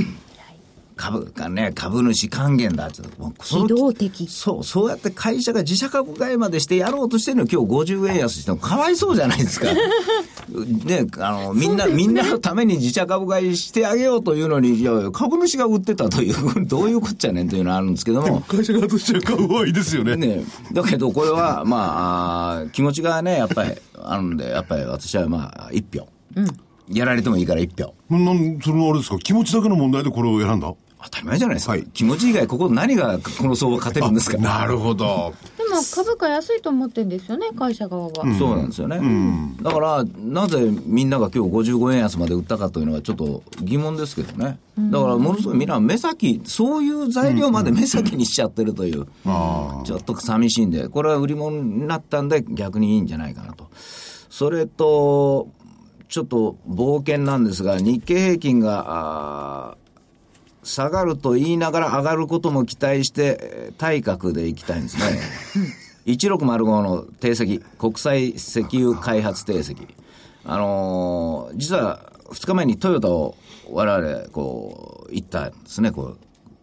S8: 株がね、株主還元だって。もうその
S1: 機動的
S8: そう、そうやって会社が自社株買いまでしてやろうとしてるのに今日50円安してもかわいそうじゃないですか。 ね、あの、みんな、みんなのために自社株買いしてあげようというのに、いやいや株主が売ってたという、どういうこっちゃねんというのはあるんですけども。
S6: 会社側としては株はいいですよね。
S8: ね、だけどこれは、まああー、気持ちがね、やっぱりあるんで、やっぱり私はまあ、一票、やられてもいいから一票。
S6: なんそれもあれですか気持ちだけの問題でこれを選んだ
S8: 当たり前じゃないですか。気持ち以外、ここ何がこの相場勝てるんですか。
S6: なるほど。
S1: でも株価安いと思ってんですよね、会社側は。
S8: そうなんですよね。だから、なぜみんなが今日55円安まで売ったかというのはちょっと疑問ですけどね。だから、ものすごいみんな目先、そういう材料まで目先にしちゃってるという、ちょっと寂しいんで、これは売り物になったんで逆にいいんじゃないかなと。それと、ちょっと冒険なんですが、日経平均が、あー下がると言いながら上がることも期待して、えー対角でいきたいんですね。1605の定石、国際石油開発定石。あのー実は2日前にトヨタを我々、こう、行ったんですね、こ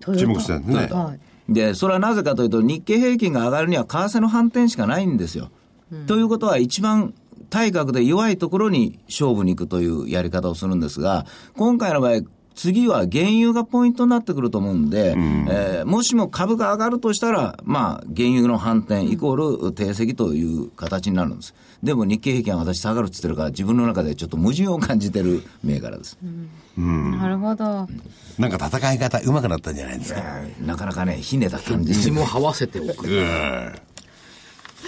S8: う。
S6: 注目してたんですね。
S1: はい。
S8: で、それはなぜかというと、日経平均が上がるには為替の反転しかないんですよ。ということは、一番体格で弱いところに勝負に行くというやり方をするんですが、今回の場合、次は原油がポイントになってくると思うんで、えーもしも株が上がるとしたら、まあ、原油の反転イコール定石という形になるんです。でも日経平均は私下がるって言ってるから、自分の中でちょっと矛盾を感じてる銘柄です。
S1: なるほど。
S6: なんか戦い方上手くなったんじゃないですか。
S8: なかなかね、ひねた感じ。
S5: 地も這わせておく。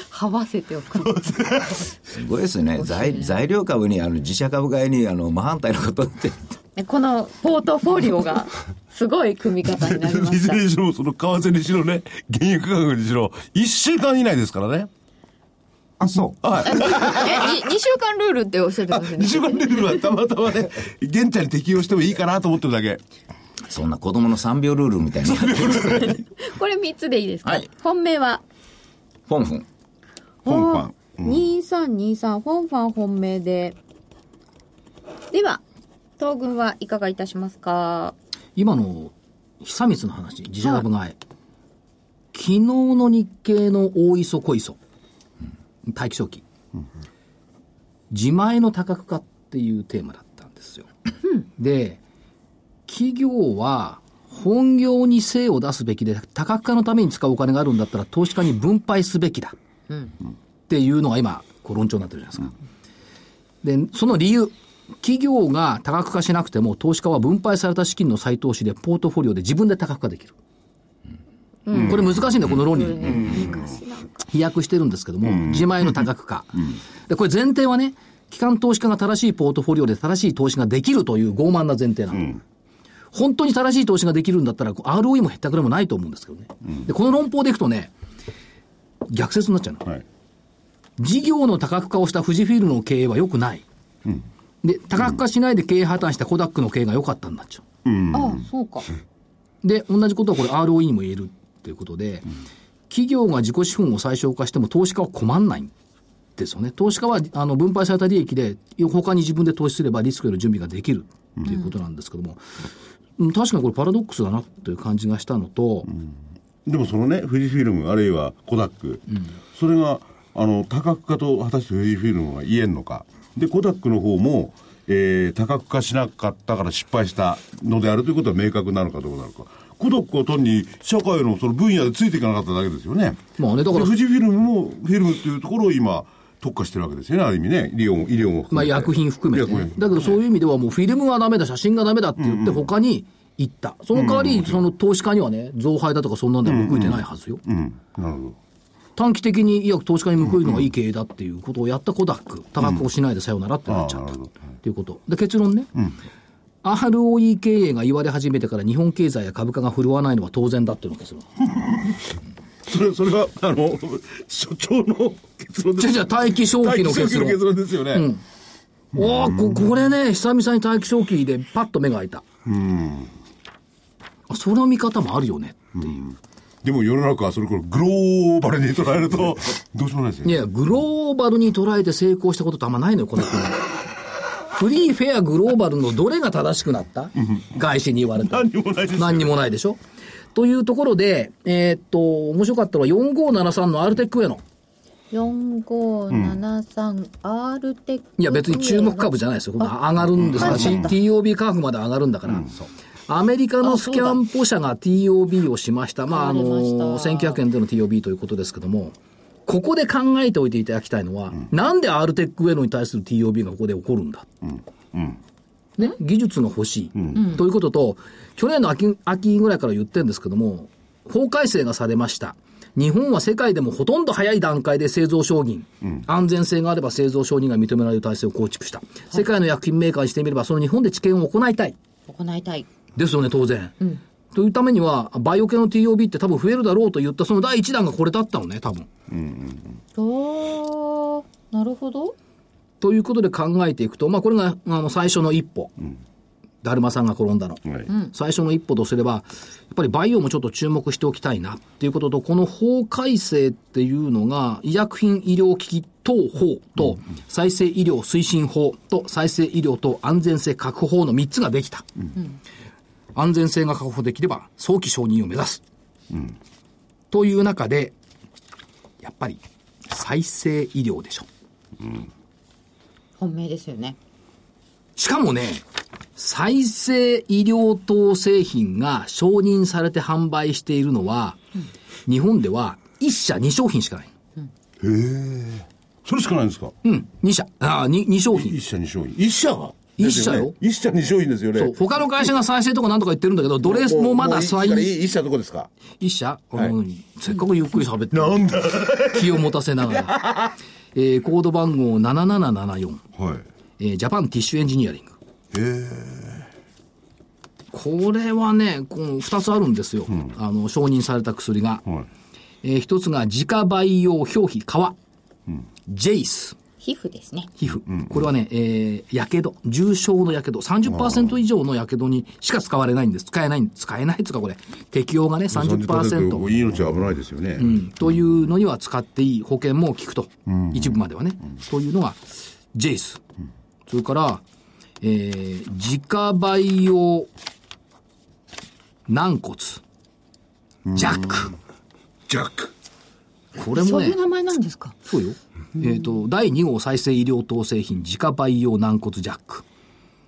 S1: はわせておく。
S8: すごいですね材材料株にあの自社株買いにあの真反対のことって
S1: ねこのポートフォリオが、すごい組み方になりま
S6: い
S1: し
S6: ず
S1: た
S6: れ。にしろ、その為替にしろね、原油価格にしろ、1週間以内ですからね。
S7: あそう
S1: え、に2週間ルールっておっしゃってますよ
S6: 2
S1: ね。
S6: 週間ルールはたまたまね、現地に適用してもいいかなと思ってるだけ。
S8: そんな子供の3秒ルールみたいな
S1: これ3つでいいですか、
S8: はい
S1: 本命は
S8: ポンフン
S6: ポンファン
S1: おー2323フォンファン本命で。では、東軍はいかがいたしますか
S5: 今の久光の話、自社株買い、昨日の日経の大磯小磯、大気小期、自前の多角化っていうテーマだったんですよ。で、企業は本業に精を出すべきで、多角化のために使うお金があるんだったら投資家に分配すべきだ。っていうのが今、こう論調になってるじゃないですか。で、その理由。企業が多角化しなくても、投資家は分配された資金の再投資で、ポートフォリオで自分で多角化できる。これ難しいんだよ、この論理。飛躍してるんですけども、自前の多角化。で、これ前提はね、機関投資家が正しいポートフォリオで正しい投資ができるという傲慢な前提なの。本当に正しい投資ができるんだったら、ROE も減ったくれもないと思うんですけどね。で、この論法でいくとね、逆説になっちゃうの。
S6: はい。
S5: 事業の多角化をした富士フィルムの経営は良くない。で、多角化しないで経営破綻したコダックの経営が良かったになっちゃう。
S1: ああ、そうか。
S5: で、同じことはこれ ROE にも言えるということで、企業が自己資本を最小化しても投資家は困んないんですよね。投資家はあの分配された利益で他に自分で投資すればリスクへの準備ができるっていうことなんですけども、うん確かにこれパラドックスだなという感じがしたのと、
S6: でもそのね、富士フィルム、あるいはコダック、それが、あの、多角化と果たして富士フィルムは言えんのか。で、コダックの方も、えー、多角化しなかったから失敗したのであるということは明確なのかどうなのか。こ工藤君は単に社会のその分野でついていかなかっただけですよね。
S5: まあねだから
S6: で富士フィルムも、フィルムっていうところを今、特化してるわけですよね、ある意味ね。医療も、医療も
S5: まあ、
S6: 含めて。
S5: 薬品含めて、
S6: 薬
S5: ね
S6: 品、
S5: だけどそういう意味では、もうフィルムがダメだ、写真がダメだって言って、他に行った、その代わり、その投資家にはね、増配だとか、そんなんでは報いてないはずよ、
S6: うん、なるほど。
S5: 短期的に、いや、投資家に報いるのがいい経営だっていうことをやったコダック、多額をしないでさよならってなっちゃったと
S6: うんあーなるほ
S5: い
S6: ど
S5: うこと、で結論ね、ROE 経営が言われ始めてから、日本経済や株価が振るわないのは当然だっていうのが結論。
S6: それ、それは、あの、所長の結論です
S5: じゃあじゃあ大気消費の結論
S6: 大気消費の結論ですよね。
S5: おーここれね、久々に大気正気でパッと目が開いた。あ、その見方もあるよね。
S6: でも世の中はそれこそグローバルに捉える と、どうしようもないですよ
S5: い
S6: ね。
S5: や、グローバルに捉えて成功したことってあんまないのよ、この 国。フリー、フェア、グローバルのどれが正しくなった外資に言われた。
S6: 何にもないですよ
S5: 何にもないでしょ。というところで、えーっと、面白かったのは4573のアルテック上野。
S1: 4573アールテック
S5: いや別に注目株じゃないですよ。上がるんですから、TOB 価格まで上がるんだから。アメリカのスキャンポ社が TOB をしました。まあ、あの
S1: 買われました
S5: ー、1900円での TOB ということですけども、ここで考えておいていただきたいのは、なんでアルテックウェノに対する TOB がここで起こるんだ。ね、技術が欲しい、ということと、去年の秋秋ぐらいから言ってるんですけども、法改正がされました。日本は世界でもほとんど早い段階で製造承認、安全性があれば製造承認が認められる体制を構築した。世界の薬品メーカーにしてみれば、その日本で治験を行いたい。
S1: 行いたい
S5: ですよね、当然。というためには、バイオ系の TOB って多分増えるだろうと言った、その第一弾がこれだったのね、多分。
S1: おーなるほど
S5: ということで考えていくと、まあ、これがあの最初の一歩、だるまさんが転んだの、
S6: はい
S5: 最初の一歩とすれば、やっぱりバイオもちょっと注目しておきたいなっていうことと、この法改正っていうのが、医薬品医療機器等法と、再生医療推進法と、再生医療等安全性確保法の3つができた、安全性が確保できれば、早期承認を目指す。という中で、やっぱり再生医療でしょ。
S1: 本命ですよね
S5: しかもね、再生医療等製品が承認されて販売しているのは、日本では1社2商品しかない。
S6: それしかないんですか
S5: うん、2社。ああ、2, 商品。
S6: 一社二商品。一社が
S5: 一社よ
S6: ですね一社二商品ですよね。
S5: そう。他の会社が再生とかなんとか言ってるんだけど、どれもまだ再
S6: もういいからいい一社どこですか
S5: 一社、あのせっかくゆっくり喋って、
S6: なんだ
S5: 気を持たせながら。 えーコード番号7774、
S6: はい。
S5: えージャパンティッシュエンジニアリング。
S6: えー
S5: これはね、この2つあるんですよ。あの、承認された薬が。
S6: はい。
S5: えー一つが自家培養表皮皮、ジェイス
S1: 皮膚ですね
S5: 皮膚、これはね、えー、やけど、重症のやけど、30%以上のやけどにしか使われないんです。使えない、使えないっていうか、これ、適用がね、30%。
S6: 命は危ないですよね。
S5: うんというのには使っていい保険も効くと、一部まではね、というのが、ジェイス、それから、えー、自家培養軟骨、ジャック、
S6: ジャック。
S5: これも
S1: そう
S5: ね、
S1: いう名前なんですか
S5: そうよ。えっ、と、第2号再生医療等製品、自家培養軟骨ジャック。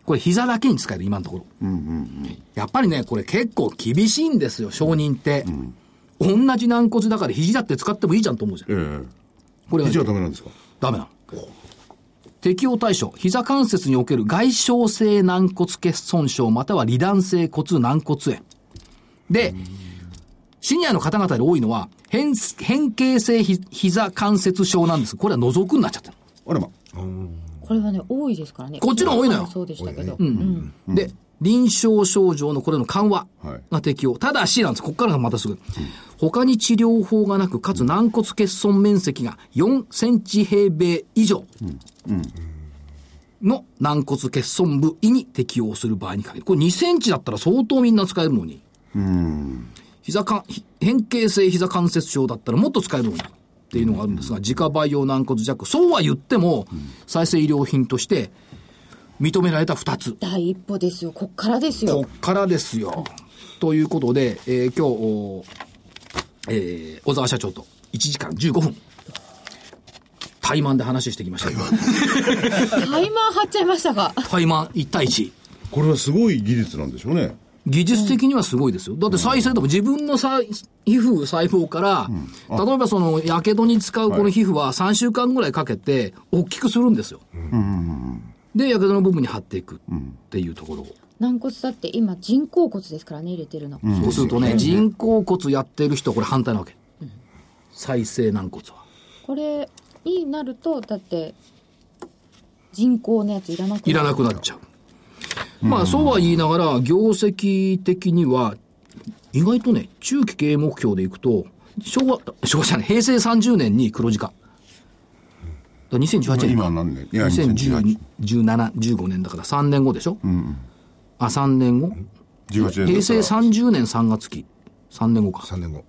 S5: これ、膝だけに使える、今のところ。やっぱりね、これ結構厳しいんですよ、承認って。同じ軟骨だから肘だって使ってもいいじゃんと思うじゃん。
S6: ええ。
S5: これが
S6: 一社はダメなんですか
S5: ダメなの。適用対象、膝関節における外傷性軟骨欠損症または離断性骨軟骨炎。で、シニアの方々で多いのは、変、変形性ひ膝関節症なんです。これは除くになっちゃってる。
S6: あらま。
S1: これはね多いですからね
S5: こっちの方が多いのよ
S1: 今もそうでしたけど、
S5: で、臨床症状のこれの緩和
S6: はい
S5: が適用。ただしなんです。ここからがまたすぐ。他に治療法がなく、かつ軟骨欠損面積が4センチ平米以上の軟骨欠損部位に適用する場合に限る。これ2センチだったら相当みんな使えるのに。膝かひ変形性膝関節症だったらもっと使えるのにっていうのがあるんですが、自家培養軟骨弱。そうは言っても、再生医療品として認められた2つ。
S1: 第一歩ですよこっからですよ
S5: こっからですよ。ということで、えー今日おー、えー小沢社長と1時間15分、対マンで話してきましたけど、
S1: タイマー張っちゃいましたか
S5: 対マン1対1。
S6: これはすごい技術なんでしょうね。
S5: 技術的にはすごいですよ。だって再生でも自分のさ皮膚、細胞から、うん、例えばその、やけどに使うこの皮膚は3週間ぐらいかけて、大きくするんですよ。で、やけどの部分に貼っていくっていうところを。
S4: 軟骨だって今人工骨ですからね入れてるの、
S5: そうするとね、人工骨やってる人はこれ反対なわけ、再生軟骨は
S4: これになるとだって人工のやついらなくなっ
S5: いらなくなっちゃう、まあそうは言いながら業績的には意外とね中期経営目標でいくと昭和昭和じゃない平成30年に黒字化だ2018年
S6: 今何年いや
S5: 2017、15年だから3年後でしょ、うんあ、3年後平成30年3月期。3年後か。
S7: 3年後。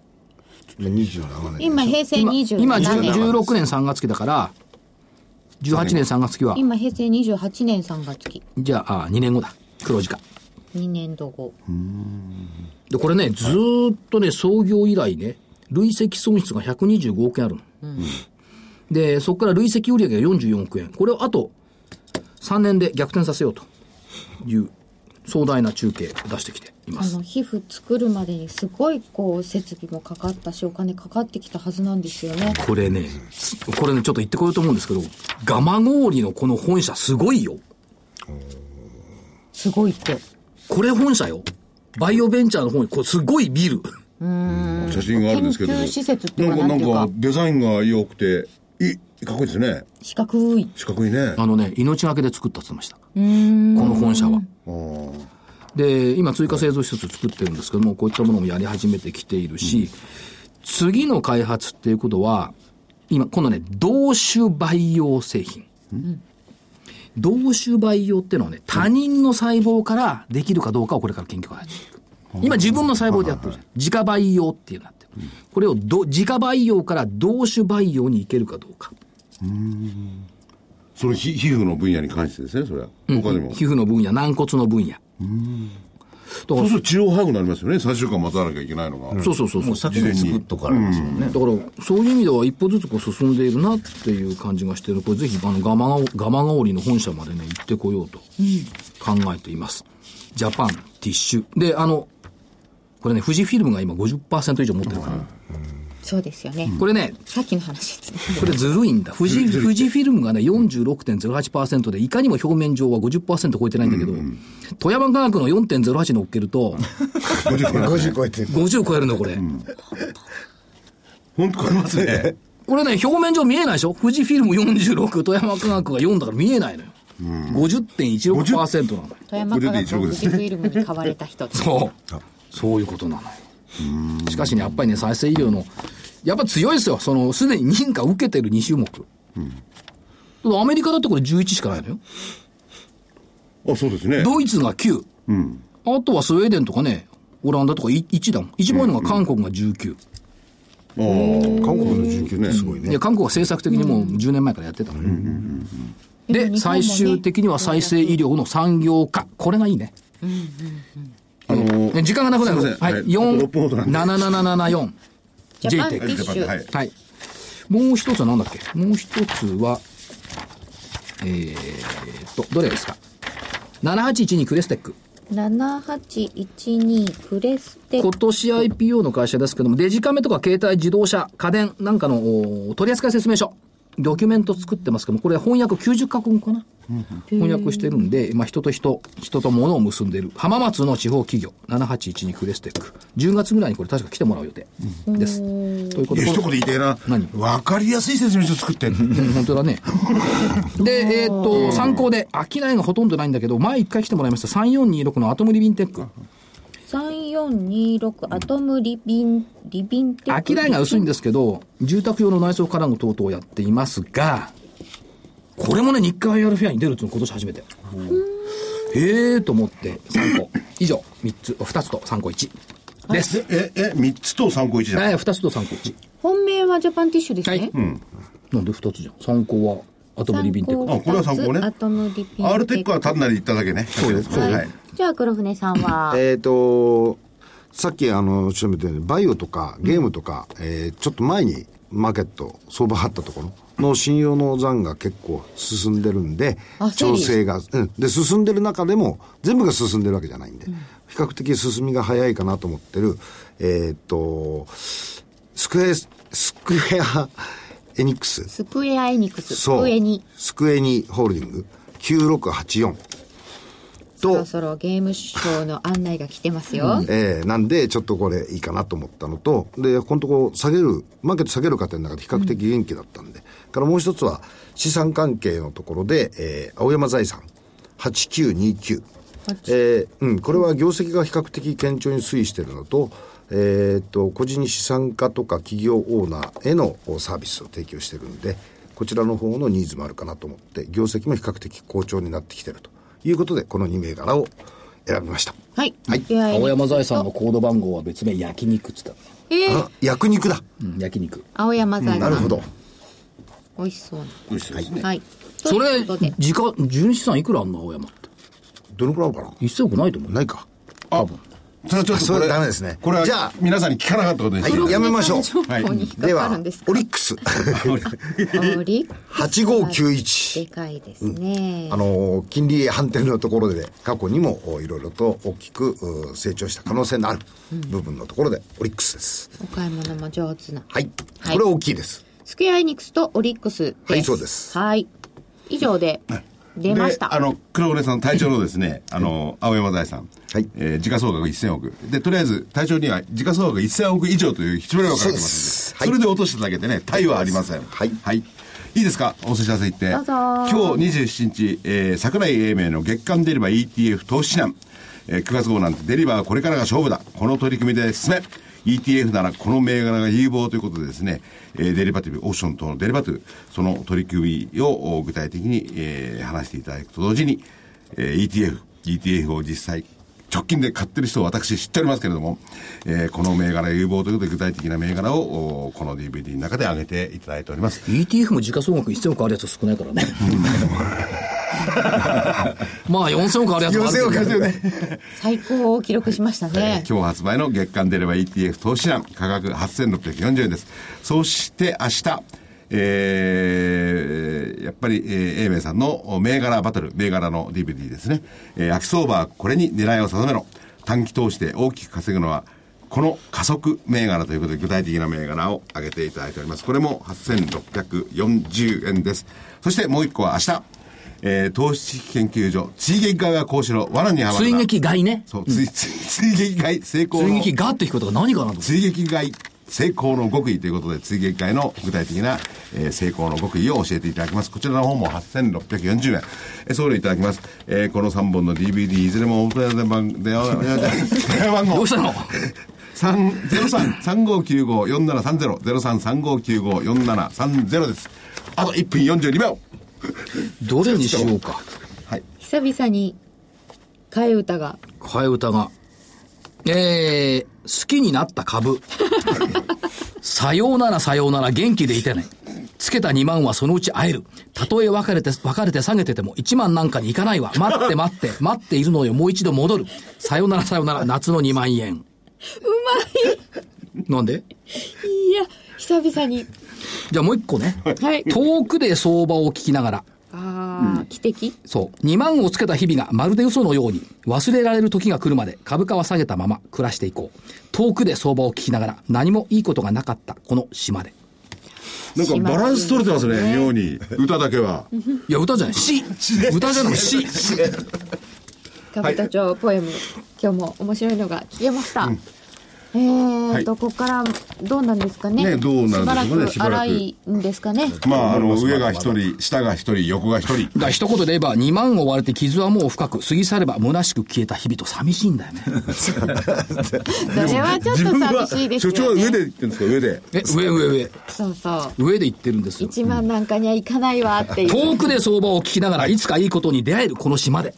S7: 27
S4: 年。今、平成27
S5: 年。今、16年3月期だから、18年3月期は。
S4: 今、平成28年3月期。
S5: じゃあ、あ2年後だ。黒字化。
S4: 2年度後。
S5: で、これね、ずっとね、創業以来ね、累積損失が125億円あるの。うん、で、そこから累積売上が44億円。これをあと、3年で逆転させようという。壮大な中継出してきています
S4: あの皮膚作るまでにすごいこう設備もかかったしお金かかってきたはずなんですよね
S5: これねこれねちょっと言ってこようと思うんですけど蒲郡のこの本社すごいよ
S4: すごいって
S5: これ本社よバイオベンチャーの方にこれすごいビル
S6: うん写真があるんですけど
S4: 研究施設っていうか
S6: なんかデザインが良くていかっこいいですね
S4: 四角い
S6: 四角いね
S5: あのね命がけで作ったって言ってましたこの本社はで今追加製造施設作ってるんですけどもこういったものもやり始めてきているし、うん、次の開発っていうことは今今度ね同種培養製品、うん、同種培養っていうのはね他人の細胞からできるかどうかをこれから研究開発していく、うん、今自分の細胞でやってるじゃん自家培養っていうのがあってこれをど自家培養から同種培養にいけるかどうか
S6: うんその皮膚の分野に関してですね、それは。他にも。
S5: 皮膚の分野、軟骨の分野。
S6: そうすると治療早くなりますよね。3週間待たなきゃいけないのが。
S5: そうそうそうそう。
S8: 先に作っとからですもんね。だ
S5: から、そういう意味では一歩ずつこう進んでいるなっていう感じがしてる。これぜひ、あの、ガマ、ガマオリの本社までね、行ってこようと考えています。ジャパン、ティッシュ。で、あの、これね、富士フィルムが今50%以上持ってるから。
S4: そうですよね。
S5: これね、
S4: さっきの話です
S5: ね。これずるいんだ。富士、富士フィルムがね、46.08%で、いかにも表面上は50%超えてないんだけど、富山科学の4.08乗っけると、
S7: 50超えてる。
S5: 50超えるの、これ。
S6: 本当超えますね。
S5: これね、表面上見えないでしょ富士フィルム46、富山科学が4だから見えないのよ。50.16%なの。
S4: 富山科学の富士フィルムに買われた 人
S5: そう。そういうことなのよ。しかしね、やっぱりね、再生医療の、やっぱ強いですよ、その、すでに認可受けてる2種目。うん、アメリカだってこれ11しかないのよ。
S6: あ、そうですね。
S5: ドイツが9。うん、あとはスウェーデンとかね、オランダとか1だもん。一番多いのが韓国が19。
S6: ああ、韓国の19ね、すごいね。
S5: いや、韓国は政策的にもう10年前からやってたの。で、最終的には再生医療の産業化。これがいいね。うんうんうんあの時間がなくなるはい、4774。
S4: JTEC。
S5: はい。もう一つは何だっけもう一つは、えーと、どれですか ?7812 クレステック。
S4: 7812クレステ
S5: ク。
S4: ッ
S5: 今年 IPO の会社ですけども、デジカメとか携帯、自動車、家電なんかの取扱説明書。ドキュメント作ってますけども、これ翻訳90カ国かな、翻訳してるんで、まあ、人と人、人と物を結んでる。浜松の地方企業、7812クレステック。10月ぐらいにこれ確か来てもらう予定です。
S6: ということで。一言言いたいな。何わかりやすい説明書作ってんの。
S5: 本当だ ね。で、えっと、参考で、商いがほとんどないんだけど、前一回来てもらいました3426のアトムリビンテック。
S4: 3426アトムリビン、リビンテ
S5: ック。商いが薄いんですけど、住宅用の内装カラム等々をやっていますが、これもね、日韓 IR フェアに出るっていうの今年初めて。ええー、と思って、3個。以上、3つ、2つと3個1。です。
S6: え、え、3つと3個1じゃん。
S5: え、2つと3個1。。
S4: 本命はジャパンティッシュですね。はい。うん
S5: なんで2つじゃん。3個は。アトムリビンテック。
S6: あ、これは参考ね。
S4: アトムリビンテッ
S6: ク。R テックは単なり言っただけね。
S5: そうよ。そうはい。
S4: じゃあ黒船さんは。
S7: えっと、さっきあの、調べたように、バイオとかゲームとか、えー、ちょっと前にマーケット、相場張ったところ。の信用の残が結構進んでるんで、調整が、うん。で、進んでる中でも、全部が進んでるわけじゃないんで、うん、比較的進みが早いかなと思ってる、えー、っと、スクエ、スクエア、エニックス。
S1: スクエアエニックス。
S7: そう。スクエニ。スクエニホールディング。9684。
S1: そろそろゲームショーの案内が来てますよ。
S7: うん、ええー、なんで、ちょっとこれいいかなと思ったのと、で、このとこ下げる、マーケット下げる過程の中で比較的元気だったんで、うん、からもう一つは、資産関係のところで、えー、青山財産、8929。えー、うん、これは業績が比較的堅調に推移しているのと、えーと、と個人資産家とか企業オーナーへのサービスを提供してるんでこちらの方のニーズもあるかなと思って業績も比較的好調になってきてるということでこの2銘柄を選びました
S1: はい、
S5: はい、青山財産のコード番号は別名焼肉っつった
S1: えー、
S7: 焼肉だ、
S5: うん、焼肉
S1: 青山財産、うん、
S7: なるほど
S1: 美味しそうな
S6: 美味しそうですね
S1: はい、
S5: それ時価純資産いくらあんの青山って
S7: どのくらいあるかな
S5: 一億ないと思う
S7: ないか
S6: 多分それはちょっと
S7: これダメですね。
S6: これは
S7: じゃあ
S6: 皆さんに聞かなかったことに
S7: して、はい、やめましょう。
S1: はい、
S7: ではオリックス。
S1: オリックス。
S7: 八五九
S1: で
S7: 一。
S1: かいですね。
S7: うん、あの金利反転のところで過去にもいろいろと大きく成長した可能性のある部分のところでオリックスです。
S1: うん、お買い物も上手な。
S7: はい。これ大きいです。
S1: スクエアエニックスとオリックス
S7: はい、そうです。
S1: はい。以上で。出ました
S6: あの黒船さん隊長の ですねあの青山財産、はいえー、時価総額1000億でとりあえず隊長には時価総額1000億以上という引き目をかけてますんで、はい、それで落としただけでね対はありません
S7: はい、
S6: はい、いいですかお知らせ言って
S1: 今日
S6: 27日、えー、桜井英明の月間デリバー ETF 投資難、えー、9月号なんてデリバーはこれからが勝負だこの取り組みで進め ETF ならこの銘柄が有望ということでですね、えー、デリバティブ、オプション等のデリバティブ、その取り組みを具体的に、えー、話していただくと同時に、えー、ETF、ETF を実際、直近で買ってる人を私知っておりますけれども、えー、この銘柄有望ということで具体的な銘柄をこの DVD の中で挙げていただいております。
S5: ETF も時価総額1000億あるやつ少ないから ね。まあ4000億あるやつもある
S7: 億あるよね。
S1: 最高を記録しましたね、はい
S6: えー、今日発売の月間出れば ETF 投資案価格8640円です。そして明日、えー、やっぱり、えー、英明さんの銘柄バトル、銘柄の DVD ですね。えー、秋相場はこれに狙いを定めろ。短期投資で大きく稼ぐのは、この加速銘柄ということで、具体的な銘柄を挙げていただいております。これも8640円です。そしてもう一個は明日、えー、投資研究所、追撃外はこうしろ、罠にはま
S5: る追撃外ね。
S6: そう、追、うん、追撃外成功
S5: 追撃外って聞くことが何かなと。
S6: 追撃外成功の極意ということで、追撃会の具体的な、えー、成功の極意を教えていただきます。こちらの方も8640円、えー、送料いただきます。えー、この3本の DVD、いずれもオープン電番、電話番号。
S5: どうしたの
S6: 03-3595-4730、03-3595-4730です。あと1分42秒
S5: どれにしようか。
S1: はい。久々に、替え歌が。
S5: 替え歌が。えー、好きになった株。さようならさようなら元気でいてね。つけた2万はそのうち会える。たとえ別れて、別れて下げてても1万なんかに行かないわ。待って待って、待っているのよ。もう一度戻る。さようならさようなら夏の2万円。
S1: う
S5: まい。なんで
S1: いや、久々に。
S5: じゃあもう一個ね。
S1: はい。
S5: 遠くで相場を聞きながら。
S1: ああ、うん、奇跡
S5: そう。2万をつけた日々がまるで嘘のように、忘れられる時が来るまで株価は下げたまま暮らしていこう。遠くで相場を聞きながら、何もいいことがなかった、この島で。
S6: なんかバランス取れてますね、ね妙に。歌だけは。
S5: いや、歌じゃない。詩歌じゃない、詩
S1: 株田町ポエム、今日も面白いのが聞けました。うんえーと、はい、ここからどうなんですかね。
S6: ねどうなんでしょうね。
S1: しばらく荒いんですかね。
S6: まあ、あの、上が一人、下が一人、横が一人。
S5: だ一言で言えば、2万を割れて傷はもう深く、過ぎ去れば虚しく消えた日々と寂しいんだよね。
S1: それはちょっと寂しいですよ、ね。所
S6: 長は上で言ってるんですか、上で。
S5: え、上、上、上。。
S1: そうそう
S5: 上で言ってるんですよ。
S1: 1万なんかにはいかないわっていう。
S5: 遠くで相場を聞きながら、いつかいいことに出会える、この島で。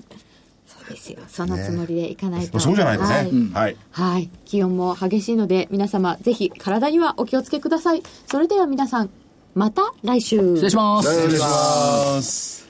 S1: ですよそのつもりでいかないと、
S6: ね、そうじゃないですね、はい、うんはい、
S1: はい、気温も激しいので皆様ぜひ体にはお気をつけくださいそれでは皆さんまた来週
S5: 失礼します
S6: 失礼します